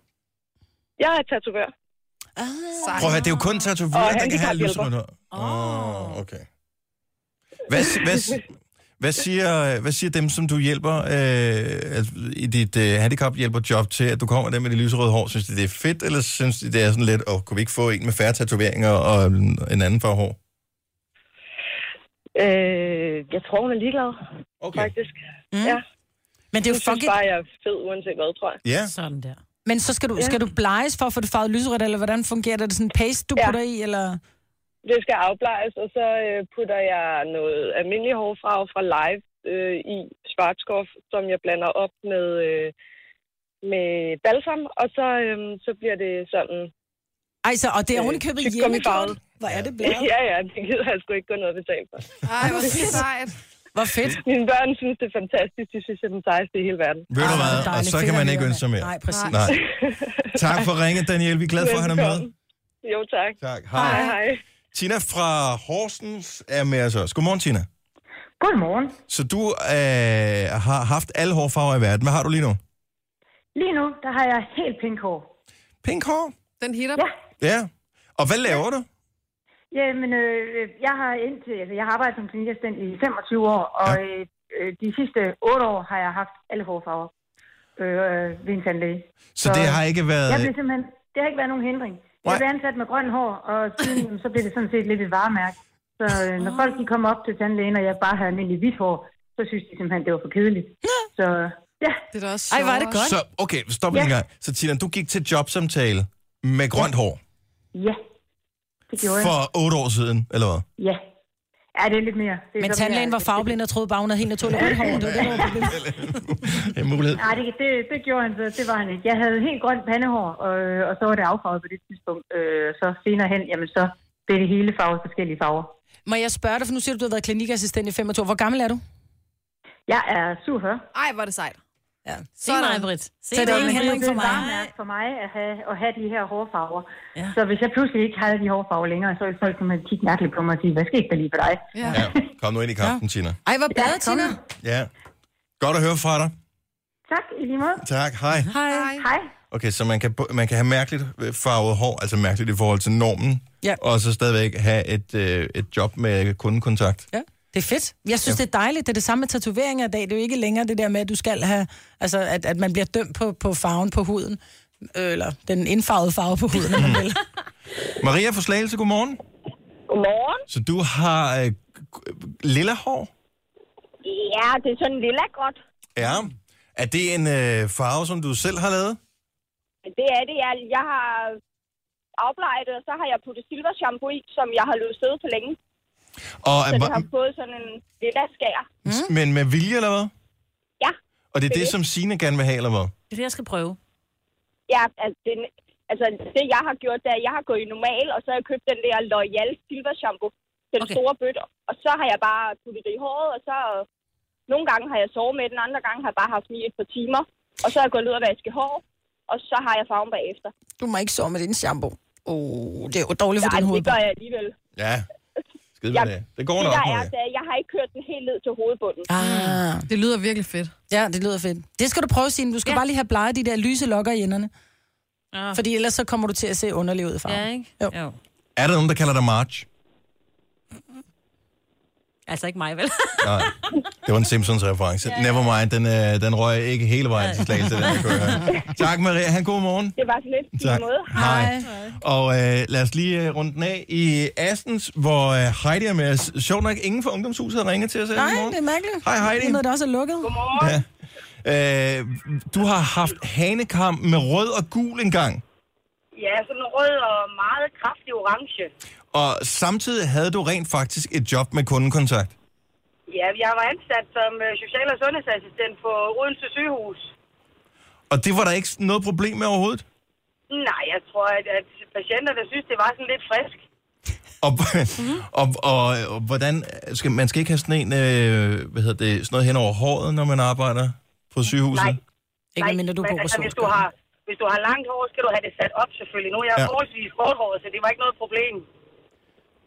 [SPEAKER 7] Jeg er tatovør.
[SPEAKER 3] Ah.
[SPEAKER 4] Sejt.
[SPEAKER 1] Prøv at høre, det er jo kun tatovører,
[SPEAKER 7] Og
[SPEAKER 1] der kan have
[SPEAKER 7] handicaphjælper.
[SPEAKER 1] lyserødt hår. Åh, okay. Hvad, si- hvad, si- hvad, siger, hvad siger dem, som du hjælper øh, altså, i dit øh, handicaphjælperjob til, at du kommer der med det lyserøde hår? Synes de, det er fedt, eller synes de, det er sådan lidt, åh, kunne vi ikke få en med færre tatoveringer og en anden farve hår?
[SPEAKER 7] Øh, jeg tror, hun er ligeglad,
[SPEAKER 1] Okay.
[SPEAKER 7] faktisk.
[SPEAKER 2] Men det er jo
[SPEAKER 7] Hun synes
[SPEAKER 2] fucking...
[SPEAKER 7] bare, jeg er fed, uanset hvad, tror jeg.
[SPEAKER 1] Ja,
[SPEAKER 3] Sådan der.
[SPEAKER 2] Men så skal du, skal du bleges for at få det farvet lyserødt, eller hvordan fungerer det? Er det sådan en paste, du
[SPEAKER 7] Ja.
[SPEAKER 2] putter i, eller...
[SPEAKER 7] Det skal afblejes, og så øh, putter jeg noget almindelig hårfarve fra Live øh, i Schwarzkopf, som jeg blander op med, øh, med balsam, og så, øh, så bliver det sådan...
[SPEAKER 2] Ej, så, Altså, og det er
[SPEAKER 7] Øh,
[SPEAKER 2] ovenikøbet
[SPEAKER 7] tyk
[SPEAKER 2] hjemmegjort.
[SPEAKER 7] gummifarvet.
[SPEAKER 2] Hvor er det
[SPEAKER 7] Ja.
[SPEAKER 2] blæret?
[SPEAKER 7] ja, ja, det gider jeg sgu ikke gå noget betalt for.
[SPEAKER 4] Ej, hvor er det sejt.
[SPEAKER 2] Hvor fedt.
[SPEAKER 7] Mine børn synes, det er fantastisk. De synes, jeg er den sejeste i hele verden.
[SPEAKER 1] ved
[SPEAKER 2] Ah,
[SPEAKER 1] du hvad, og så kan man ikke ønske sig mere.
[SPEAKER 2] Nej, præcis. Nej.
[SPEAKER 1] Nej. Tak for ringen, Daniel. Vi er glade for, at han er med.
[SPEAKER 7] Velkommen. Jo, tak.
[SPEAKER 1] Tak.
[SPEAKER 7] Hej,
[SPEAKER 1] Hej.
[SPEAKER 7] hej.
[SPEAKER 1] Tina fra Horsens er med os også. Godmorgen, Tina.
[SPEAKER 8] Godmorgen.
[SPEAKER 1] Så du øh, har haft alle hårfarver i verden. Hvad har du lige nu?
[SPEAKER 8] Lige nu, der har jeg helt pink hår.
[SPEAKER 1] Pink hår.
[SPEAKER 4] Den hitter.
[SPEAKER 8] Ja.
[SPEAKER 1] Ja. Og hvad laver du?
[SPEAKER 8] Jamen, øh, jeg har indtil, altså, jeg har arbejdet som klinikassistent i 25 år, og
[SPEAKER 1] Ja.
[SPEAKER 8] øh, øh, de sidste 8 år har jeg haft alle hårfarver øh, øh, ved en tandlæge.
[SPEAKER 1] Så det har ikke
[SPEAKER 8] Jeg
[SPEAKER 1] været...
[SPEAKER 8] blev simpelthen, det har ikke været nogen hindring.
[SPEAKER 1] Nej.
[SPEAKER 8] Jeg blev ansat med grøn hår, og siden jamen, så blev det sådan set lidt et varemærke. Så øh, når folk de kommer op til tandlægen, og jeg bare havde almindelig hvidt hår, så synes de simpelthen, det var for kedeligt. Så øh, ja,
[SPEAKER 4] Det er da også
[SPEAKER 2] Ej, hvor er det
[SPEAKER 4] sjovere.
[SPEAKER 2] godt.
[SPEAKER 1] Så, okay, stop lige en gang. Så Tina, du gik til jobsamtale med grønt hår
[SPEAKER 8] ja, det gjorde jeg.
[SPEAKER 1] for otte år siden, eller hvad?
[SPEAKER 8] Ja. Ja, det er lidt mere. Det er
[SPEAKER 2] Men
[SPEAKER 8] så
[SPEAKER 2] tandlægen
[SPEAKER 8] mere-
[SPEAKER 2] var farveblind og troede bare, hun havde helt naturligt rødt hår. Det var det, der var problemet.
[SPEAKER 1] En mulighed.
[SPEAKER 8] Nej, det, det, det gjorde han så. Det var han ikke. Jeg havde helt grønt pandehår, og, og så var det affarvet på det tidspunkt. Øh, så senere hen, jamen så blev det hele farvet forskellige farver.
[SPEAKER 2] Må jeg spørge dig, for nu siger du, du har været klinikassistent i 25 år. Hvor gammel er du?
[SPEAKER 8] Jeg er 47.
[SPEAKER 4] Ej, hvor er det sejt.
[SPEAKER 2] Ja.
[SPEAKER 3] Se mig, Britt. Se
[SPEAKER 2] Så det er
[SPEAKER 3] mig.
[SPEAKER 2] ingen
[SPEAKER 8] Men
[SPEAKER 2] hindring
[SPEAKER 8] det
[SPEAKER 2] for
[SPEAKER 8] er et
[SPEAKER 2] mig.
[SPEAKER 8] varemærke for mig at have, at have de her hårfarver.
[SPEAKER 3] Ja.
[SPEAKER 8] Ja. Så hvis jeg pludselig ikke havde de hårfarver længere, så ville folk simpelthen kigge mærkeligt på mig og sige, hvad skete der lige for dig?
[SPEAKER 4] Ja.
[SPEAKER 1] Ja, kom nu ind i kampen, Tina.
[SPEAKER 4] Ej, hvor bladet,
[SPEAKER 8] Ja, kom.
[SPEAKER 4] Tina.
[SPEAKER 1] Ja. Godt at høre fra dig.
[SPEAKER 8] Tak, i lige måde.
[SPEAKER 1] Tak, hej.
[SPEAKER 4] Hej.
[SPEAKER 8] Hej.
[SPEAKER 1] Okay, så man kan, man kan have mærkeligt farvet hår, altså mærkeligt i forhold til normen,
[SPEAKER 2] Ja.
[SPEAKER 1] og så stadigvæk have et, øh, et job med kundekontakt.
[SPEAKER 2] Ja. Det er fedt. Jeg synes, ja. det er dejligt. Det er det samme med tatoveringer i dag. Det er jo ikke længere det der med, at du skal have... Altså, at, at man bliver dømt på, på farven på huden. Øh, Eller den indfarvede farve på huden, om man vil.
[SPEAKER 1] Maria fra Slagelse, godmorgen.
[SPEAKER 7] Godmorgen.
[SPEAKER 1] Så du har øh, lilla hår?
[SPEAKER 7] Ja, det er sådan lilla godt.
[SPEAKER 1] Ja. Er det en øh, farve, som du selv har lavet?
[SPEAKER 7] Det er det. Jeg, jeg har afbleget det, og så har jeg puttet silvershampoo i, som jeg har løbet sidde på længe.
[SPEAKER 1] Og
[SPEAKER 7] Så
[SPEAKER 1] er,
[SPEAKER 7] det har fået sådan en lilla skær.
[SPEAKER 1] mm. Men med vilje, eller hvad?
[SPEAKER 7] Ja.
[SPEAKER 1] Og det er
[SPEAKER 7] Det er
[SPEAKER 1] det,
[SPEAKER 7] det.
[SPEAKER 1] som Sine gerne vil have, eller hvad?
[SPEAKER 3] Det er det, jeg skal prøve.
[SPEAKER 7] Ja, altså det, altså det jeg har gjort, det er, at jeg har gået i normal, og så har jeg købt den der Loyal Silver Shampoo, den
[SPEAKER 3] Okay.
[SPEAKER 7] okay. store bøtte. Og så har jeg bare puttet det i håret, og så nogle gange har jeg sovet med den, andre gange har jeg bare haft den i et par timer. Og så har jeg gået ud og vasket hår, og så har jeg farven bagefter.
[SPEAKER 2] Du må ikke sove med din shampoo. Oh, det er jo dårligt for
[SPEAKER 7] Nej,
[SPEAKER 2] din
[SPEAKER 7] Altså, det
[SPEAKER 2] hovedbund.
[SPEAKER 7] gør jeg alligevel.
[SPEAKER 1] Ja. Skide med
[SPEAKER 7] Ja.
[SPEAKER 1] det. Det går
[SPEAKER 7] Det
[SPEAKER 1] nok,
[SPEAKER 7] der er,
[SPEAKER 1] Maria.
[SPEAKER 7] det er, at jeg altså. har ikke kørt den helt ned til hovedbunden.
[SPEAKER 2] Ah,
[SPEAKER 4] Det lyder virkelig fedt.
[SPEAKER 2] ja, det lyder fedt. Det skal du prøve, Signe. Du skal ja.
[SPEAKER 3] Ja.
[SPEAKER 2] bare lige have bleget de der lyse lokker i enderne.
[SPEAKER 3] Ah.
[SPEAKER 2] Fordi ellers så kommer du til at se underlig ud, far.
[SPEAKER 3] Ja, ikke?
[SPEAKER 2] Jo.
[SPEAKER 3] jo.
[SPEAKER 1] Er der nogen, der kalder dig March?
[SPEAKER 3] Altså ikke mig, vel?
[SPEAKER 1] Nej, det var en Simpsons-reference. Ja, ja. Never mind, den, øh, den røg ikke hele vejen til slagelse, den her kører. Tak, Maria. Han, god morgen.
[SPEAKER 7] Det var sådan lidt på
[SPEAKER 1] Tak.
[SPEAKER 7] en måde.
[SPEAKER 1] Hej. Og øh, lad os lige øh, runde den af i Astens, hvor øh, Heidi er med os. Sjovt nok, ingen fra Ungdomshuset har ringet til os her i
[SPEAKER 2] Nej,
[SPEAKER 1] morgen.
[SPEAKER 2] det er mærkeligt.
[SPEAKER 1] Hej, Heidi.
[SPEAKER 2] Det er noget, der også er lukket.
[SPEAKER 7] Godmorgen. Ja.
[SPEAKER 1] Øh, du har haft hanekamp med rød og gul engang,
[SPEAKER 7] ja, sådan en rød og meget kraftig orange.
[SPEAKER 1] og samtidig havde du rent faktisk et job med kundekontakt.
[SPEAKER 7] Ja, jeg var ansat som øh, social- og sundhedsassistent på Odense sygehus.
[SPEAKER 1] Og det var der ikke noget problem med overhovedet.
[SPEAKER 7] Nej, jeg tror, at, at patienterne synes, det var sådan lidt frisk.
[SPEAKER 1] Og, mm-hmm. og, og, og hvordan, skal, man skal ikke have sådan en, øh, hvad hedder det, sådan noget hen over håret, når man arbejder på sygehuset?
[SPEAKER 7] Nej.
[SPEAKER 2] Ikke mindre du
[SPEAKER 7] men
[SPEAKER 2] bor på
[SPEAKER 7] altså, hvis du,
[SPEAKER 2] Solskærm.
[SPEAKER 7] har, hvis du har langt hår, skal du have det sat op selvfølgelig. Nu er jeg
[SPEAKER 1] Ja.
[SPEAKER 7] ja. forholdsvis korthåret, så det var ikke noget problem.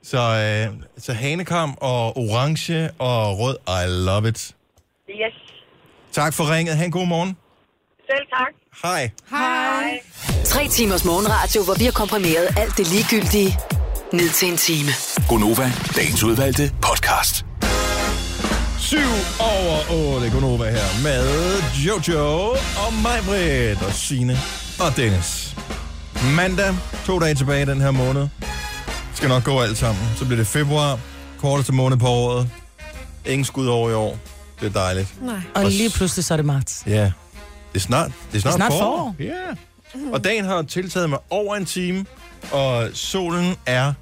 [SPEAKER 1] Så, øh, så hanekam og orange og rød, I love it.
[SPEAKER 7] Yes.
[SPEAKER 1] Tak for ringet, ha' en god morgen.
[SPEAKER 7] Selv tak.
[SPEAKER 1] Hej.
[SPEAKER 5] Tre timers morgenradio, hvor vi har komprimeret alt det ligegyldige ned til en time.
[SPEAKER 6] Gonova, dagens udvalgte podcast.
[SPEAKER 1] 7 over 8, Gunova her med Jojo og Majbrit og Sine og Dennis. Mandag, to dage tilbage i den her måned. Skal nok gå alt sammen. Så bliver det februar, korteste måned på året. Ingen skud over i år. Det er dejligt.
[SPEAKER 2] Og lige pludselig så er det marts.
[SPEAKER 1] Ja. Det er snart, det er snart,
[SPEAKER 2] snart
[SPEAKER 1] forår. Ja. Og dagen har tiltaget med over en time, og solen er,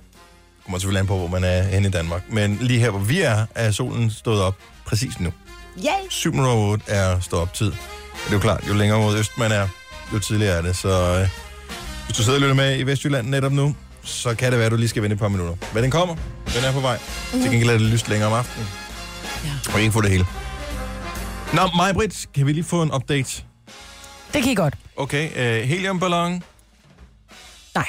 [SPEAKER 1] kommer selvfølgelig an på, hvor man er henne i Danmark, men lige her, hvor vi er, er solen stået op præcis nu. Yay. 7 minutter over 8 er stå op tid. Det er jo klart, jo længere mod øst man er, jo tidligere er det, så øh, hvis du sidder og lytter med i Vestjylland netop nu, så kan det være, at du lige skal vente et par minutter. Men den kommer, den er på vej. Til gengæld er det lyst længere om aftenen. Mhm. Ja. Og ikke få det hele. Nå, mig Britt, kan vi lige få en update?
[SPEAKER 2] Det kan I godt.
[SPEAKER 1] Okay, øh, heliumballon,
[SPEAKER 2] Nej.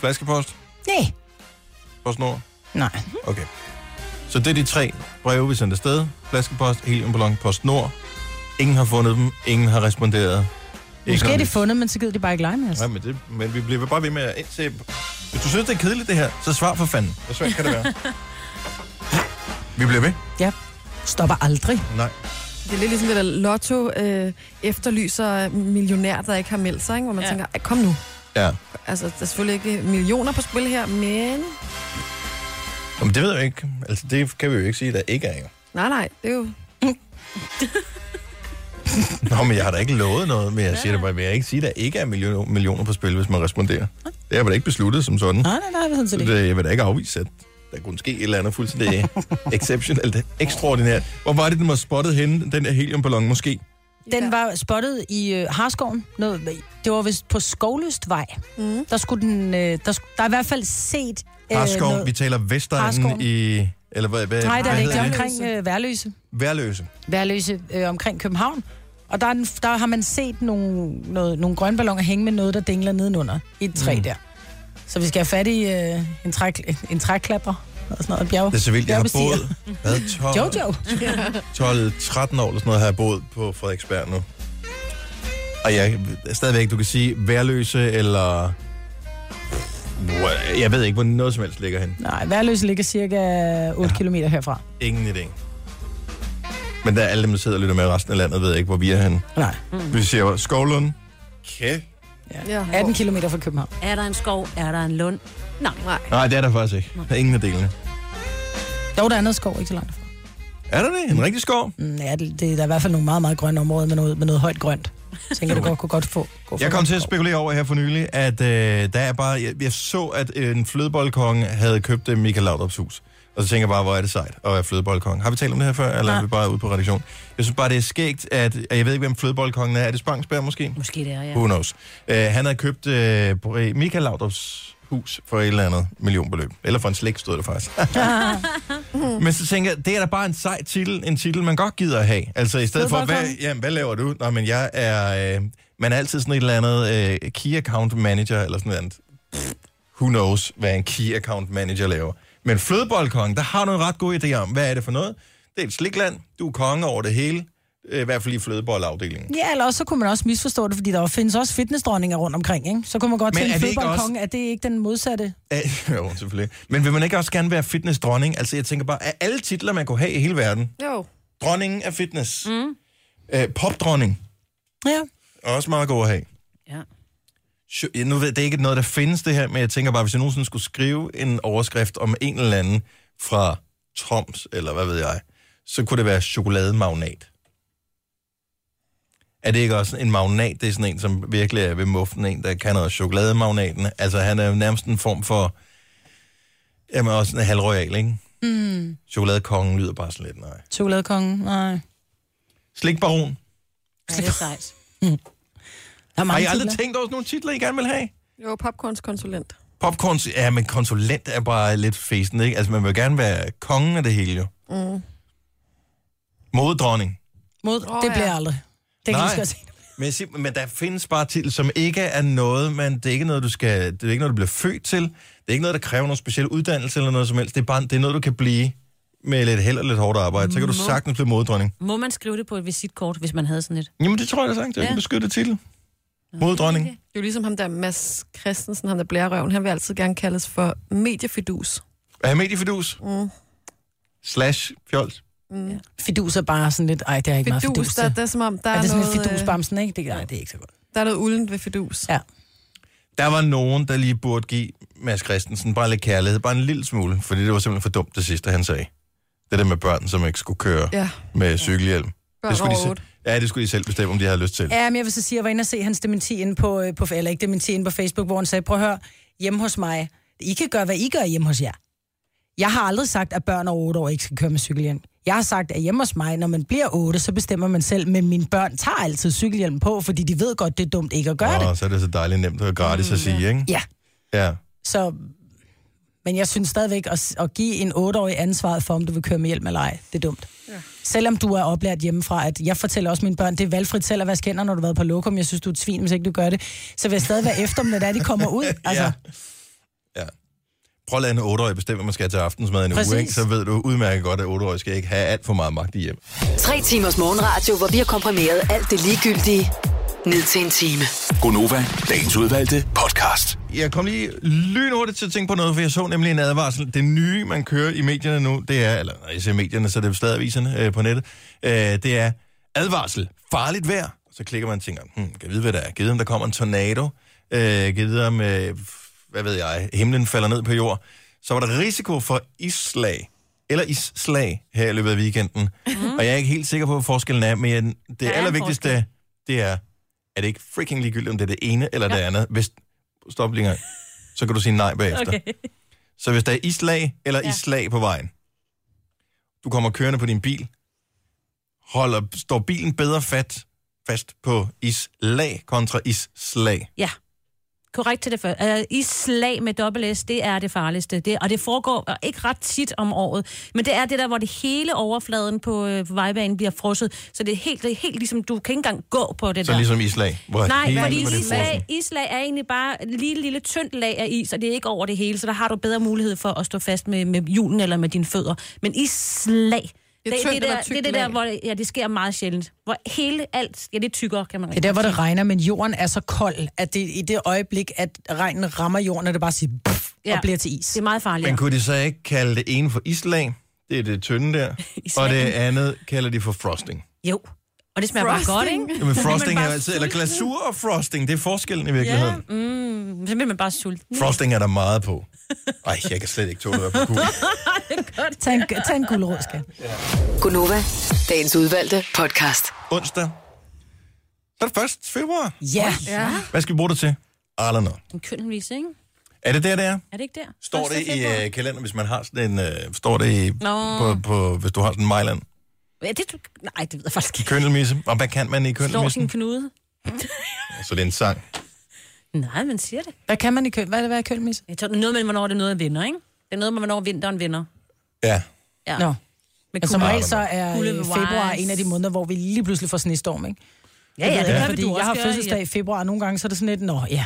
[SPEAKER 1] flaskepost,
[SPEAKER 2] Nej.
[SPEAKER 1] postnord.
[SPEAKER 2] Nej.
[SPEAKER 1] Okay. Så det er de tre breve, vi sendte afsted. Flaskepost, heliumballon, postnord. Ingen har fundet dem, ingen har responderet.
[SPEAKER 2] Måske er
[SPEAKER 1] noget
[SPEAKER 2] de
[SPEAKER 1] nyt.
[SPEAKER 2] fundet, men så gider de bare ikke lege med os.
[SPEAKER 1] Nej, men, det, men vi bliver bare ved med at indse... Hvis du synes, det er kedeligt det her, så svar for fanden. Hvor svært kan det være? vi bliver ved?
[SPEAKER 2] Ja. Stopper aldrig.
[SPEAKER 1] Nej.
[SPEAKER 4] Det er lidt ligesom det der lotto øh, efterlyser millionær, der ikke har meldt sig, ikke? hvor man
[SPEAKER 3] Ja.
[SPEAKER 4] ja. tænker, "Ej, kom nu.
[SPEAKER 1] Ja.
[SPEAKER 4] Altså, der er selvfølgelig ikke millioner på spil her, men...
[SPEAKER 1] Jamen, det ved jeg ikke. Altså, det kan vi jo ikke sige, der ikke er jo.
[SPEAKER 4] Nej, nej, det er jo...
[SPEAKER 1] Nå, men jeg har da ikke lovet noget, men jeg siger det bare, vil jeg ikke sige, der ikke er millioner, millioner på spil, hvis man responderer. Det har jeg da ikke besluttet som sådan.
[SPEAKER 2] Nej, nej, nej, hvad hedder det?
[SPEAKER 1] Det, jeg vil da ikke afvise, at der kunne ske et eller andet fuldstændig exceptionelt, ekstraordinært. Hvor var det, den var spottet henne, den der heliumballon måske?
[SPEAKER 2] Den var spottet i øh, Harskoven. Noget, det var vist på Skovløstvej. Mm. Der, skulle den, øh, der, sk- der er i hvert fald set... øh,
[SPEAKER 1] Harskov,
[SPEAKER 2] noget-
[SPEAKER 1] vi taler Vestegnen
[SPEAKER 2] Harskoven.
[SPEAKER 1] i... Eller hvad, hvad,
[SPEAKER 2] Nej, der
[SPEAKER 1] hvad
[SPEAKER 2] er det ikke. Det er
[SPEAKER 1] hedder det?
[SPEAKER 2] omkring øh, Værløse.
[SPEAKER 1] Værløse.
[SPEAKER 2] Værløse øh, omkring København. Og der, er en, der har man set nogle, noget, nogle grønne balloner hænge med noget, der dingler nedenunder i et træ mm. der. Så vi skal have fat i øh, en, træ, en træklapper og sådan noget. Bjerg,
[SPEAKER 1] Det er så vildt, jeg har
[SPEAKER 2] bjergbestiger.
[SPEAKER 1] boet... Hvad, 12,
[SPEAKER 2] Jojo.
[SPEAKER 1] 12, 13 år eller sådan noget har jeg boet på Frederiksberg nu. Og jeg stadigvæk, du kan sige, værløse eller... Jeg ved ikke, hvor noget som helst ligger hen.
[SPEAKER 2] Nej, Værløse ligger cirka 8 ja. km herfra.
[SPEAKER 1] Ingen idé. Men der er alle dem, der sidder og lytter med i resten af landet, ved ikke, hvor vi er henne.
[SPEAKER 2] Nej,
[SPEAKER 1] Vi siger Skovlund. Kæ.
[SPEAKER 4] Ja.
[SPEAKER 2] 18 km fra København.
[SPEAKER 3] Er der en skov? Er der en lund? Nej.
[SPEAKER 4] Nej.
[SPEAKER 1] Nej, det er der faktisk ikke. Der er ingen af delene.
[SPEAKER 2] Dog, der er noget skov ikke så langt fra.
[SPEAKER 1] Er der det? En rigtig skov?
[SPEAKER 2] Mm, ja, det, det, er der er i hvert fald nogle meget, meget grønne områder med noget, med noget højt grønt. Jeg tænker, du godt kunne godt få. Gå for
[SPEAKER 1] Jeg kom
[SPEAKER 2] noget
[SPEAKER 1] til at
[SPEAKER 2] skov.
[SPEAKER 1] spekulere over her for nylig, at øh, der er bare... Jeg, jeg så, at øh, en flødeboldkonge havde købt øh, Michael Laudrups hus. Og så tænker jeg bare, hvor er det sejt at være flødeboldkonge. Har vi talt om det her før, eller er
[SPEAKER 2] Nej.
[SPEAKER 1] vi bare ude på redaktion? Jeg synes bare, det er skægt, at... at Jeg ved ikke, hvem flødeboldkongen er. Er det Spangsberg måske?
[SPEAKER 3] Måske det er, ja.
[SPEAKER 1] Who knows? Uh, han havde købt uh, Michael Laudrups hus for et eller andet millionbeløb. Eller for en slik stod det faktisk. Men så tænker jeg, det er da bare en sej titel, en titel, man godt gider at have. Altså i stedet for, hvad,
[SPEAKER 2] Fodboldkongen?
[SPEAKER 1] jamen, hvad laver du? Nå, men jeg er, øh, man er altid sådan et eller andet øh, key account manager, eller sådan noget andet. Pff, Who knows, hvad en key account manager laver. Men flødeboldkongen, der har du en ret god idé om, hvad er det for noget? Det er et slikland, du er konge over det hele, øh, i hvert fald i flødeboldafdelingen.
[SPEAKER 2] Ja, eller også så kunne man også misforstå det, fordi der jo findes også fitnessdronninger rundt omkring, ikke? Så kunne man godt
[SPEAKER 1] Men
[SPEAKER 2] tænke,
[SPEAKER 1] er
[SPEAKER 2] at
[SPEAKER 1] det ikke
[SPEAKER 2] fodboldkongen, er det ikke den modsatte?
[SPEAKER 1] Ja, jo, selvfølgelig. Men vil man ikke også gerne være fitnessdronning? Altså, jeg tænker bare, af alle titler, man kunne have i hele verden,
[SPEAKER 4] Jo.
[SPEAKER 1] dronningen af fitness, mm. øh, popdronning,
[SPEAKER 2] Ja.
[SPEAKER 1] er også meget god at have.
[SPEAKER 3] ja.
[SPEAKER 1] Sjo- Jeg nu ved, det er ikke noget, der findes det her, men jeg tænker bare, hvis jeg nogensinde skulle skrive en overskrift om en eller anden fra Toms, eller hvad ved jeg, så kunne det være chokolademagnat. Er det ikke også en magnat? Det er sådan en, som virkelig er ved muffen, en, der kan noget chokolademagnaten. Altså, han er jo nærmest en form for, jamen også en halvroyal, ikke? Mm. Chokoladekongen lyder bare sådan lidt, nej.
[SPEAKER 2] Chokoladekongen, nej.
[SPEAKER 1] Slikbaron.
[SPEAKER 3] ja det er sejt.
[SPEAKER 2] Der er
[SPEAKER 1] Har I
[SPEAKER 2] mange
[SPEAKER 1] aldrig
[SPEAKER 2] titler.
[SPEAKER 1] tænkt over sådan nogle titler, I gerne vil have?
[SPEAKER 4] Jo, popcornskonsulent.
[SPEAKER 1] Popcorn, ja, men konsulent er bare lidt fesen, ikke? Altså, man vil jo gerne være kongen af det hele, jo. Mm. Modedronning.
[SPEAKER 2] Mod,
[SPEAKER 4] Åh,
[SPEAKER 2] det bliver
[SPEAKER 4] ja.
[SPEAKER 2] jeg aldrig. Det kan
[SPEAKER 1] Nej.
[SPEAKER 2] jeg godt se.
[SPEAKER 1] Men, jeg siger, men der findes bare titel, som ikke er noget, man, det er ikke noget, du skal, det er ikke noget, du bliver født til. Det er ikke noget, der kræver nogen speciel uddannelse eller noget som helst. Det er bare, det er noget, du kan blive med lidt held og lidt hårdt arbejde. Så kan du sagtens blive modedronning.
[SPEAKER 3] Må man skrive det på et visitkort, hvis man havde sådan et?
[SPEAKER 1] Jamen, det tror jeg da sagtens. Det er
[SPEAKER 3] Ja.
[SPEAKER 1] en beskyttet titel. Modedronning.
[SPEAKER 3] Okay.
[SPEAKER 4] Det er jo ligesom ham der, Mads Christensen, ham der blærerøven. Han vil altid gerne kaldes for mediefidus.
[SPEAKER 1] Er jeg mediefidus? Mm. Slash fjols.
[SPEAKER 2] Fidus er bare sådan lidt, ej, det er ikke meget
[SPEAKER 4] Fidus,
[SPEAKER 2] fidus
[SPEAKER 4] der,
[SPEAKER 2] til.
[SPEAKER 4] der er som om, der
[SPEAKER 2] Er
[SPEAKER 4] er,
[SPEAKER 2] det sådan
[SPEAKER 4] noget,
[SPEAKER 2] et fidusbamsen, ikke? Det, nej, det er ikke så godt.
[SPEAKER 4] øh, der er noget uldent ved fidus.
[SPEAKER 2] Ja.
[SPEAKER 1] Der var nogen, der lige burde give Mads Christensen bare lidt kærlighed, bare en lille smule, fordi det var simpelthen for dumt det sidste, han sagde. Det der med børn, som ikke skulle køre ja.
[SPEAKER 4] Ja,
[SPEAKER 1] med cykelhjelm.
[SPEAKER 4] børn
[SPEAKER 1] Det skulle, de
[SPEAKER 4] over
[SPEAKER 1] selv,
[SPEAKER 4] otte.
[SPEAKER 1] ja, det skulle de selv bestemme, om de havde lyst til.
[SPEAKER 2] Ja, men jeg vil så sige, at jeg var inde og se hans dementi inde på, øh, på eller ikke dementi inde på Facebook, hvor han sagde, prøv at høre, hjemme hos mig, I kan gøre, hvad I gør hjemme hos jer. Jeg har aldrig sagt, at børn over 8 år ikke skal køre med cykelhjelm. Jeg har sagt, at hjemme hos mig, når man bliver 8, så bestemmer man selv, men mine børn tager altid cykelhjelm på, fordi de ved godt, det er dumt ikke at gøre
[SPEAKER 1] Åh,
[SPEAKER 2] det.
[SPEAKER 1] så er det så dejligt nemt og gratis at sige, ikke?
[SPEAKER 2] Ja,
[SPEAKER 1] Ja.
[SPEAKER 2] så... Men jeg synes stadigvæk, at, at give en 8-årig ansvaret for, om du vil køre med hjælp eller ej, det er dumt. Ja. Selvom du er oplært hjemmefra, at jeg fortæller også mine børn, det er valgfrit selv at vaske hænder, når du har været på lokum. Jeg synes, du er et svin, hvis ikke du gør det. Så vil jeg stadig være efter dem, når det er, de kommer ud. Altså,
[SPEAKER 1] ja. ja. Prøv at lade en 8-årig bestemme, hvad man skal have til aftensmad i en uge,
[SPEAKER 2] Præcis.
[SPEAKER 1] ikke? Så ved du udmærket godt, at 8-årige skal ikke have alt for meget magt i hjem.
[SPEAKER 5] Tre timers morgenradio, hvor vi har komprimeret alt det ligegyldige ned til en time.
[SPEAKER 6] Gonova, dagens udvalgte podcast.
[SPEAKER 1] Jeg kom lige lynhurtigt til at tænke på noget, for jeg så nemlig en advarsel. Det nye, man kører i medierne nu, det er, eller når jeg siger medierne, så er det stadig aviserne øh, på nettet, øh, det er advarsel, farligt vejr. Så klikker man og tænker, hmm, kan jeg vide, hvad der er? Givet om der kommer en tornado? Øh, kan jeg vide om, øh, hvad ved jeg, himlen falder ned på jord? Så var der risiko for islag, eller isslag her i løbet af weekenden. Mm. Og jeg er ikke helt sikker på, hvad forskellen er, men det
[SPEAKER 3] er en
[SPEAKER 1] allervigtigste, det er, er det ikke freaking Altså. ligegyldigt, om det er det ene eller ja. det andet? Hvis, stop lige en gang. Så kan du sige nej bagefter. Okay. Så hvis der er islag eller ja.
[SPEAKER 3] Ja.
[SPEAKER 1] islag på vejen, du kommer kørende på din bil, holder, står bilen bedre fat, fast på islag kontra isslag.
[SPEAKER 3] Ja. Korrekt til det første. Uh, islag med dobbelt S, det er det farligste. Det, og det foregår øh, ikke ret tit om året. Men det er det der, hvor det hele overfladen på øh, vejbanen bliver frosset. Så det er helt, det er helt ligesom, du kan ikke engang gå på det
[SPEAKER 1] Så
[SPEAKER 3] der.
[SPEAKER 1] ligesom islag. Hvor
[SPEAKER 3] Nej,
[SPEAKER 1] hele-
[SPEAKER 3] fordi
[SPEAKER 1] hvor det er
[SPEAKER 3] islag,
[SPEAKER 1] frossen.
[SPEAKER 3] islag er egentlig bare et lille, lille tyndt lag af is, og det er ikke over det hele, så der har du bedre mulighed for at stå fast med, med hjulen eller med dine fødder. Men islag, det, det,
[SPEAKER 4] tyndt
[SPEAKER 3] det,
[SPEAKER 4] eller
[SPEAKER 3] der, det er
[SPEAKER 4] tykt
[SPEAKER 3] det der,
[SPEAKER 4] lag.
[SPEAKER 3] hvor det, ja, det sker meget sjældent. Hvor hele alt, ja, det er tykkere, kan man
[SPEAKER 2] Det er der, hvor det regner, men jorden er så kold, at det i det øjeblik, at regnen rammer jorden, at det bare siger puff, ja.
[SPEAKER 3] Ja.
[SPEAKER 2] og bliver til is.
[SPEAKER 3] Det er meget farligt.
[SPEAKER 1] Men kunne de så ikke kalde det ene for islag? Det er det tynde der. og det andet kalder de for frosting.
[SPEAKER 3] Jo. Og det smager frosting. bare godt, ikke?
[SPEAKER 1] Jamen frosting er
[SPEAKER 3] bare
[SPEAKER 1] jo altid, eller glasur og frosting, det er forskellen i virkeligheden. Ja.
[SPEAKER 3] Mm, så bliver man bare sulten.
[SPEAKER 1] Frosting er der meget på. Ej, jeg kan slet ikke tåle at være på kuglen.
[SPEAKER 2] Tag en, tag en gulerod, skal.
[SPEAKER 5] Gunova, dagens udvalgte podcast.
[SPEAKER 1] Onsdag. Så er det 1. februar.
[SPEAKER 2] Ja. ja.
[SPEAKER 1] Hvad skal vi bruge det til? I don't know.
[SPEAKER 3] En kønvis, ikke?
[SPEAKER 1] Er det der, det er?
[SPEAKER 3] Er det ikke der?
[SPEAKER 1] Står det
[SPEAKER 3] Første
[SPEAKER 1] i
[SPEAKER 3] februar?
[SPEAKER 1] øh, kalenderen, hvis man har sådan en... Øh, står det i,
[SPEAKER 3] Nå.
[SPEAKER 1] på, på, hvis du har sådan en mejland?
[SPEAKER 3] Ja, det, du- nej, det ved jeg faktisk ikke.
[SPEAKER 1] Køndelmisse. Og hvad kan man i
[SPEAKER 3] Slår sin
[SPEAKER 1] køndelmissen?
[SPEAKER 3] knude.
[SPEAKER 1] Så det er en sang.
[SPEAKER 3] Nej, man siger det.
[SPEAKER 2] Hvad kan man i køn? Hvad er det, hvad er kølmisse?
[SPEAKER 3] Jeg tror, det er noget med, hvornår det er noget, der vinder, ikke? Det er noget med, hvornår vinteren vinder.
[SPEAKER 1] Ja.
[SPEAKER 3] Ja.
[SPEAKER 2] Nå.
[SPEAKER 3] Med
[SPEAKER 1] Altså,
[SPEAKER 2] Men som
[SPEAKER 3] kugler.
[SPEAKER 2] regel så er øh,
[SPEAKER 3] Gulerod.
[SPEAKER 2] februar en af de måneder, hvor vi lige pludselig får snestorm, ikke?
[SPEAKER 3] Ja, ja, det
[SPEAKER 2] Ja,
[SPEAKER 3] kan vi
[SPEAKER 2] fordi
[SPEAKER 3] du
[SPEAKER 2] jeg
[SPEAKER 3] også
[SPEAKER 2] har
[SPEAKER 3] gøre,
[SPEAKER 2] fødselsdag i februar, og nogle gange så er det sådan lidt, nå ja,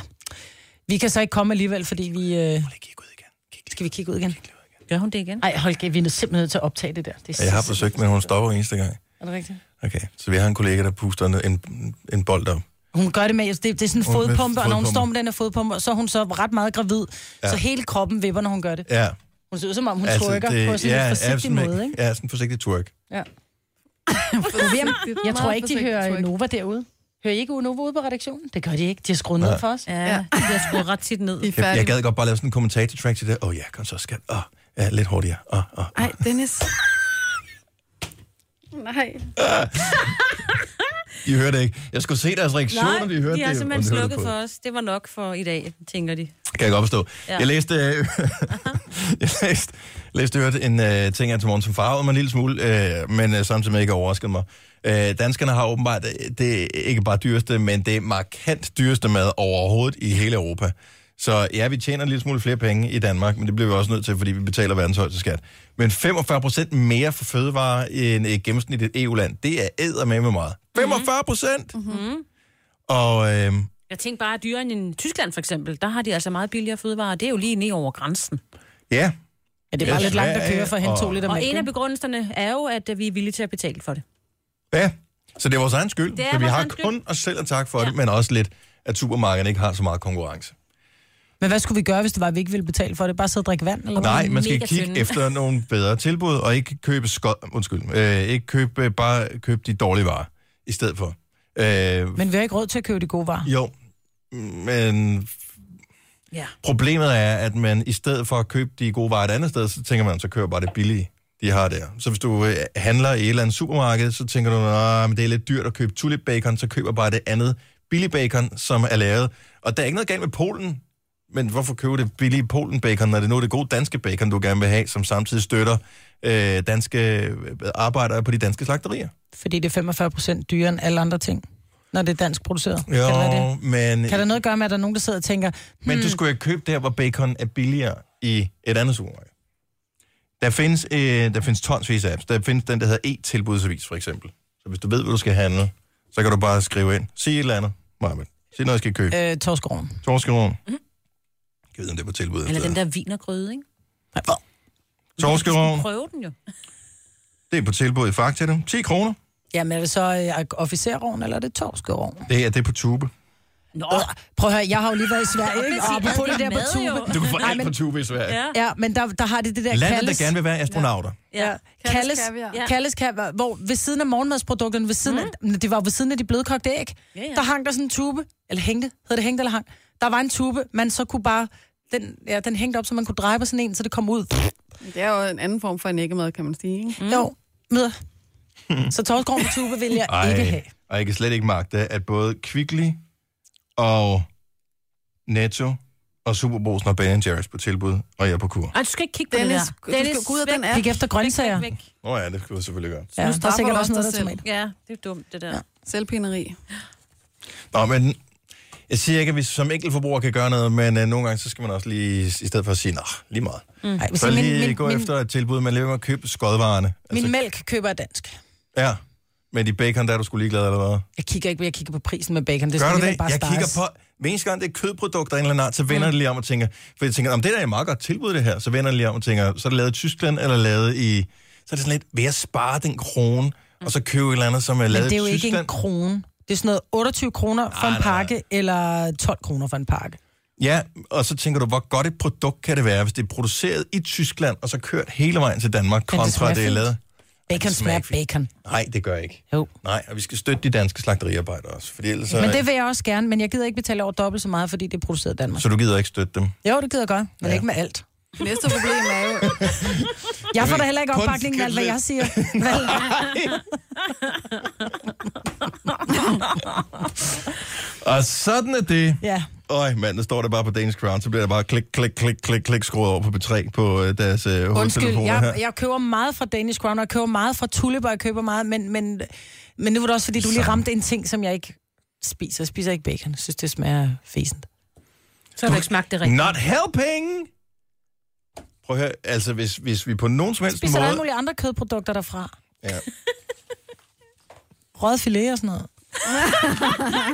[SPEAKER 2] vi kan så ikke komme alligevel, fordi vi... Øh,
[SPEAKER 1] Det gik ud igen. Gik
[SPEAKER 2] skal vi kigge ud igen?
[SPEAKER 3] Ja. Gør hun det igen?
[SPEAKER 2] Nej, hold kæft, vi er nødt- simpelthen nødt til at optage det der. Det er,
[SPEAKER 1] Og Jeg har forsøgt, men hun stopper hver eneste gang.
[SPEAKER 2] er det rigtigt?
[SPEAKER 1] Okay, så vi har en kollega, der puster en, en, en bold op.
[SPEAKER 2] Hun gør det med, det, det er sådan en
[SPEAKER 1] Hun er med
[SPEAKER 2] fodpumpe, og når hun
[SPEAKER 1] fodpumpe.
[SPEAKER 2] står med den her fodpumpe, så er hun så ret meget gravid, ja. så hele kroppen vipper, når hun gør det.
[SPEAKER 1] Ja,
[SPEAKER 2] Hun ser ud som om, hun altså, trykker på sådan en forsigtig
[SPEAKER 1] absolut.
[SPEAKER 2] måde, ikke?
[SPEAKER 1] Ja, sådan en forsigtig twerk.
[SPEAKER 2] Jeg tror ikke, de
[SPEAKER 4] Forsigtigt
[SPEAKER 2] hører
[SPEAKER 4] tryk.
[SPEAKER 2] Nova derude. Hører I ikke Nova ude på redaktionen? Det gør de ikke. De har skruet ned
[SPEAKER 1] Nej.
[SPEAKER 2] for os. Ja.
[SPEAKER 3] Ja, det bliver skruet ret tit ned.
[SPEAKER 4] De er
[SPEAKER 1] Jeg, jeg
[SPEAKER 4] færdige.
[SPEAKER 1] gad godt bare lave sådan en kommentator-track til det. Åh oh, ja, kom så, skat. Åh, oh, ja, lidt hurtigere. Åh, oh, åh. Oh.
[SPEAKER 4] Ej, Dennis.
[SPEAKER 7] Nej.
[SPEAKER 1] I hørte det ikke. Jeg skulle se deres reaktioner, de hørte
[SPEAKER 3] de har
[SPEAKER 1] det.
[SPEAKER 3] simpelthen
[SPEAKER 1] Og de hørte
[SPEAKER 3] slukket
[SPEAKER 1] på.
[SPEAKER 3] for os. Det var nok for i dag, tænker de.
[SPEAKER 1] Kan jeg godt forstå. Ja.
[SPEAKER 3] Ja.
[SPEAKER 1] Jeg læste, øh, jeg læste, læste hørte en øh, ting her til morgen, som farvede mig en lille smule, øh, men øh, samtidig ikke overraskede mig. Øh, danskerne har åbenbart øh, det ikke bare dyreste, men det markant dyreste mad overhovedet i hele Europa. Så ja, vi tjener en lille smule flere penge i Danmark, men det bliver vi også nødt til, fordi vi betaler verdens højeste skat. Men 45 procent mere for fødevarer end øh, et gennemsnitligt EU-land, E det er eddermame meget. 45 procent! Mm-hmm. Og øh,
[SPEAKER 3] Jeg tænkte bare, at dyrere end i Tyskland for eksempel, der har de altså meget billigere fødevarer. Det er jo lige ned over grænsen.
[SPEAKER 1] ja,
[SPEAKER 2] ja, det er bare
[SPEAKER 1] Ja,
[SPEAKER 2] lidt langt at køre for at hente
[SPEAKER 1] Sverige
[SPEAKER 2] to liter
[SPEAKER 3] Og
[SPEAKER 2] mælk.
[SPEAKER 3] en af
[SPEAKER 2] ikke?
[SPEAKER 3] begrundelserne er jo, at øh, vi er villige til at betale for det.
[SPEAKER 1] Ja, så det er vores egen skyld.
[SPEAKER 3] Det er
[SPEAKER 1] så vi
[SPEAKER 3] vores
[SPEAKER 1] har
[SPEAKER 3] egen skyld.
[SPEAKER 1] kun os selv at takke for ja.
[SPEAKER 3] Ja.
[SPEAKER 1] det, men også lidt, at supermarkederne ikke har så meget konkurrence.
[SPEAKER 2] Men hvad skulle vi gøre, hvis det var, at vi ikke ville betale for det? Bare sidde og drikke vand? Eller hvad?
[SPEAKER 1] Nej, man skal
[SPEAKER 3] mega
[SPEAKER 1] kigge
[SPEAKER 3] tynde.
[SPEAKER 1] efter nogle bedre tilbud, og ikke købe skod... Undskyld. Øh, ikke købe, øh, bare købe de dårlige varer i stedet for. Øh,
[SPEAKER 2] Men vi har ikke råd til at købe de gode varer.
[SPEAKER 1] jo, men
[SPEAKER 3] Ja.
[SPEAKER 1] problemet er, at man i stedet for at købe de gode varer et andet sted, så tænker man, så køber bare det billige, de har der. Så hvis du øh, handler i et eller andet supermarked, så tænker du, at det er lidt dyrt at købe tulip bacon, så køber bare det andet billige bacon, som er lavet. Og der er ikke noget galt med Polen, men hvorfor købe det billige Polen bacon, når det nu er det gode danske bacon, du gerne vil have, som samtidig støtter øh, danske arbejdere på de danske slagterier?
[SPEAKER 2] Fordi det er 45 procent dyrere end alle andre ting, når det er dansk produceret. Kan det være
[SPEAKER 1] Jo,
[SPEAKER 2] det?
[SPEAKER 1] men,
[SPEAKER 2] Kan der noget at gøre med, at der er nogen, der sidder og tænker,
[SPEAKER 1] men
[SPEAKER 2] Hmm.
[SPEAKER 1] du skulle jo købe der, hvor bacon er billigere i et andet supermarked. Der findes, øh, der findes tonsvis af apps. Der findes den, der hedder e-tilbudsavis, for eksempel. Så hvis du ved, hvad du skal handle, så kan du bare skrive ind. Sig et eller andet, Marvind. Sig noget, jeg skal købe.
[SPEAKER 2] øh, Mhm. torskoven.
[SPEAKER 1] Torskeroen. Jeg ved, om det er på tilbud.
[SPEAKER 3] Eller den der vinergryde, ikke?
[SPEAKER 1] Torskeroen,
[SPEAKER 3] Prøv den jo.
[SPEAKER 1] det er på tilbud i Fakta. du. 10 kroner.
[SPEAKER 2] Jamen er det så øh, officerovn, eller er det torskoven?
[SPEAKER 1] Det er det er på tube.
[SPEAKER 3] Nå,
[SPEAKER 2] Oh. Prøv at høre, jeg har jo lige været i Sverige, ikke? og
[SPEAKER 3] siger
[SPEAKER 2] apropos
[SPEAKER 3] alt
[SPEAKER 2] det der
[SPEAKER 3] det
[SPEAKER 2] på
[SPEAKER 3] mad, jo.
[SPEAKER 2] tube.
[SPEAKER 1] Du kan få
[SPEAKER 2] Nej,
[SPEAKER 1] alt på
[SPEAKER 2] men,
[SPEAKER 1] tube i Sverige.
[SPEAKER 3] ja.
[SPEAKER 2] ja, men der, der har de det der
[SPEAKER 1] Landet,
[SPEAKER 2] kaldes,
[SPEAKER 1] der gerne vil være astronauter.
[SPEAKER 3] ja.
[SPEAKER 2] kaldes,
[SPEAKER 4] kaviar.
[SPEAKER 2] ja. kaldes, kaldes, hvor ved siden af morgenmadsprodukterne, ved siden mm. af, det var jo ved siden af de blødkogte æg, ja,
[SPEAKER 3] Ja,
[SPEAKER 2] ja.
[SPEAKER 3] ja.
[SPEAKER 2] der hang der sådan en tube, eller hængte, hedder det hængte eller hang? Der var en tube, man så kunne bare, den, ja, den hængte op, så man kunne dreje på sådan en, så det kom ud.
[SPEAKER 4] Det er jo en anden form for en æggemad, kan man sige. Ikke?
[SPEAKER 2] Mm. Jo, møder. Så torskrog på tube vil jeg Ej. ikke have.
[SPEAKER 1] Hmm. Ej, og jeg kan slet ikke magte, at både Kvickly og Netto og Superbrugsen og Ben Jerry's på tilbud, og jeg er på kur.
[SPEAKER 3] Ej, du skal ikke kigge på
[SPEAKER 4] Dennis,
[SPEAKER 3] det
[SPEAKER 4] du
[SPEAKER 3] der.
[SPEAKER 4] skal gå ud af den
[SPEAKER 3] væk,
[SPEAKER 4] app.
[SPEAKER 2] Kig efter grøntsager.
[SPEAKER 3] væk, væk.
[SPEAKER 1] Nå ja, det skal vi selvfølgelig gøre.
[SPEAKER 2] Ja, der er
[SPEAKER 4] straffer
[SPEAKER 2] sikkert
[SPEAKER 4] du
[SPEAKER 2] også
[SPEAKER 4] også
[SPEAKER 2] noget,
[SPEAKER 4] dig
[SPEAKER 2] der er tomat.
[SPEAKER 3] Ja, det er dumt, det der. Ja.
[SPEAKER 4] Selvpineri.
[SPEAKER 1] Nå, men jeg siger ikke, at vi som enkeltforbruger kan gøre noget, men øh, nogle gange, så skal man også lige, i stedet for at sige, nej, lige meget. Mm.
[SPEAKER 2] Ej,
[SPEAKER 1] Så
[SPEAKER 2] min,
[SPEAKER 1] lige
[SPEAKER 2] min,
[SPEAKER 1] gå
[SPEAKER 2] min,
[SPEAKER 1] efter et tilbud, men lige med at købe skodvarerne. Altså,
[SPEAKER 2] min mælk køber jeg dansk.
[SPEAKER 1] Ja, men de bacon, der er du skulle ligeglad, eller hvad?
[SPEAKER 2] Jeg kigger ikke, jeg kigger på prisen med bacon. Det
[SPEAKER 1] Gør
[SPEAKER 2] skal
[SPEAKER 1] du det?
[SPEAKER 2] alligevel bare
[SPEAKER 1] Jeg kigger
[SPEAKER 2] stars.
[SPEAKER 1] på, hver eneste gang det er kødprodukter af en eller anden art, så vender mm. det lige om og tænker, for jeg tænker, om det der er et meget godt tilbud, det her, så vender det lige om og tænker, så er det lavet i Tyskland, eller lavet i, så er det sådan lidt, vil jeg spare den krone, og så købe et eller andet, som er
[SPEAKER 2] Men
[SPEAKER 1] lavet
[SPEAKER 2] det er jo
[SPEAKER 1] i
[SPEAKER 2] ikke
[SPEAKER 1] Tyskland?
[SPEAKER 2] en krone. Det er sådan noget 28 kroner for en pakke, eller 12 kroner for en pakke.
[SPEAKER 1] Ja, og så tænker du, hvor godt et produkt kan det være, hvis det er produceret i Tyskland, og så kørt hele vejen til Danmark,
[SPEAKER 2] det
[SPEAKER 1] kontra
[SPEAKER 2] smager
[SPEAKER 1] det, det er
[SPEAKER 2] fint.
[SPEAKER 1] lavet.
[SPEAKER 2] Bacon
[SPEAKER 1] Det smager
[SPEAKER 2] smager
[SPEAKER 1] ikke fint.
[SPEAKER 2] bacon.
[SPEAKER 1] Nej, det gør jeg ikke.
[SPEAKER 2] Jo.
[SPEAKER 1] Nej, og vi skal støtte de danske slagteriarbejdere også, fordi ellers så,
[SPEAKER 2] Men det vil jeg også gerne, men jeg gider ikke betale over dobbelt så meget, fordi det er produceret i Danmark.
[SPEAKER 1] så du gider ikke støtte dem.
[SPEAKER 2] Jo, det gider jeg godt, men ja. ikke med alt.
[SPEAKER 4] Næste problem er jo,
[SPEAKER 2] Jeg får da heller ikke
[SPEAKER 1] Kun
[SPEAKER 2] opbakning med alt, hvad
[SPEAKER 1] lidt.
[SPEAKER 2] jeg siger. Vel?
[SPEAKER 1] Og sådan er det.
[SPEAKER 2] Ja.
[SPEAKER 1] Øj, mand, der står der bare på Danish Crown, så bliver der bare klik, klik, klik, klik, klik, skruet over på B3 på øh, deres øh,
[SPEAKER 2] Undskyld,
[SPEAKER 1] hovedtelefoner her.
[SPEAKER 2] jeg, jeg køber meget fra Danish Crown, og jeg køber meget fra Tulip, og jeg køber meget, men, men, men nu var det også, fordi du lige ramte en ting, som jeg ikke spiser. Jeg spiser ikke bacon. Jeg synes, det smager fæsent.
[SPEAKER 3] Så har du ikke smagt det rigtigt.
[SPEAKER 1] Not helping! Prøv at høre, altså hvis, hvis vi på nogen som helst
[SPEAKER 2] Spiser der alle
[SPEAKER 1] måde...
[SPEAKER 2] mulige andre kødprodukter derfra?
[SPEAKER 1] Ja.
[SPEAKER 2] Røget filet og sådan noget.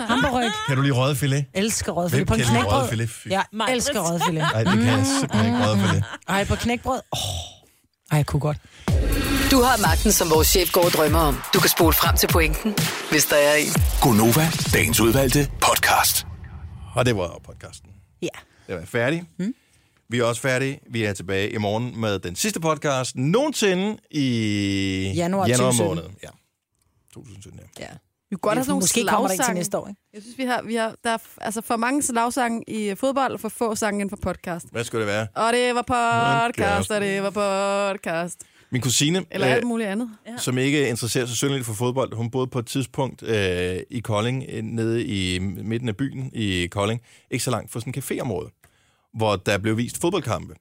[SPEAKER 2] Hamburg.
[SPEAKER 1] Kan du lige røde filet?
[SPEAKER 2] Elsker røget filet.
[SPEAKER 1] Hvem
[SPEAKER 2] På en
[SPEAKER 1] kan lide
[SPEAKER 2] knækbrød.
[SPEAKER 1] røget filet? Fy.
[SPEAKER 2] Jeg elsker røget filet.
[SPEAKER 1] Nej, det kan jeg
[SPEAKER 2] Mm.
[SPEAKER 1] simpelthen ikke røde filet.
[SPEAKER 2] Ej, på knækbrød. Oh. Ej, jeg kunne godt.
[SPEAKER 5] Du har magten, som vores chef går og drømmer om. Du kan spole frem til pointen, hvis der er en.
[SPEAKER 6] Gonova, dagens udvalgte podcast.
[SPEAKER 1] Og det var podcasten.
[SPEAKER 2] Ja.
[SPEAKER 1] Det var færdig. Mm. Vi er også færdige. Vi er tilbage i morgen med den sidste podcast nogensinde i
[SPEAKER 2] Januar
[SPEAKER 1] januar
[SPEAKER 2] 2017.
[SPEAKER 1] måned. Ja. 2017, ja.
[SPEAKER 2] ja.
[SPEAKER 4] vi godt have sådan nogle
[SPEAKER 2] Måske kommer det ikke til næste år, ikke?
[SPEAKER 4] Jeg synes, vi har, vi har der er f- altså for mange slagsange i øh, fodbold, og for få sange inden for podcast.
[SPEAKER 1] Hvad skulle det være?
[SPEAKER 4] Og det var
[SPEAKER 1] Podcast.
[SPEAKER 4] podcast, og det var podcast.
[SPEAKER 1] Min kusine,
[SPEAKER 4] Eller alt muligt andet.
[SPEAKER 1] øh, som ikke interesserer sig synderligt for fodbold, hun boede på et tidspunkt øh, i Kolding, øh, nede i midten af byen i Kolding, ikke så langt fra sådan et caféområde, hvor der blev vist fodboldkampe.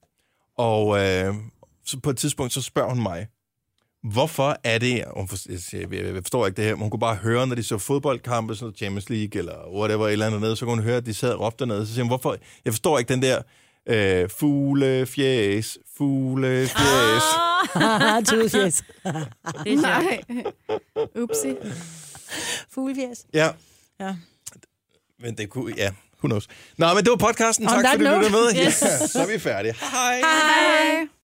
[SPEAKER 1] Og øh, så på et tidspunkt, så spørger hun mig, hvorfor er det, og hun for, jeg siger, jeg jeg forstår ikke det her, men hun kunne bare høre, når de så fodboldkampe, sådan noget Champions League eller whatever, et eller andet nede, så kunne hun høre, at de sad og råbte dernede, så siger hun, hvorfor, jeg forstår ikke den der, øh, fugle, fjæs, fugle, fjæs.
[SPEAKER 2] Haha, tudefjæs.
[SPEAKER 3] Det er sjovt.
[SPEAKER 4] Nej. Upsi.
[SPEAKER 2] Fuglefjæs.
[SPEAKER 1] Ja.
[SPEAKER 2] Ja.
[SPEAKER 1] Men det kunne, ja, who knows. Nå, men det var podcasten.
[SPEAKER 2] On
[SPEAKER 1] Tak
[SPEAKER 2] that
[SPEAKER 1] fordi
[SPEAKER 2] note.
[SPEAKER 1] du lyttede med. Yes. Ja, så er vi færdige. Hej.
[SPEAKER 4] Hej.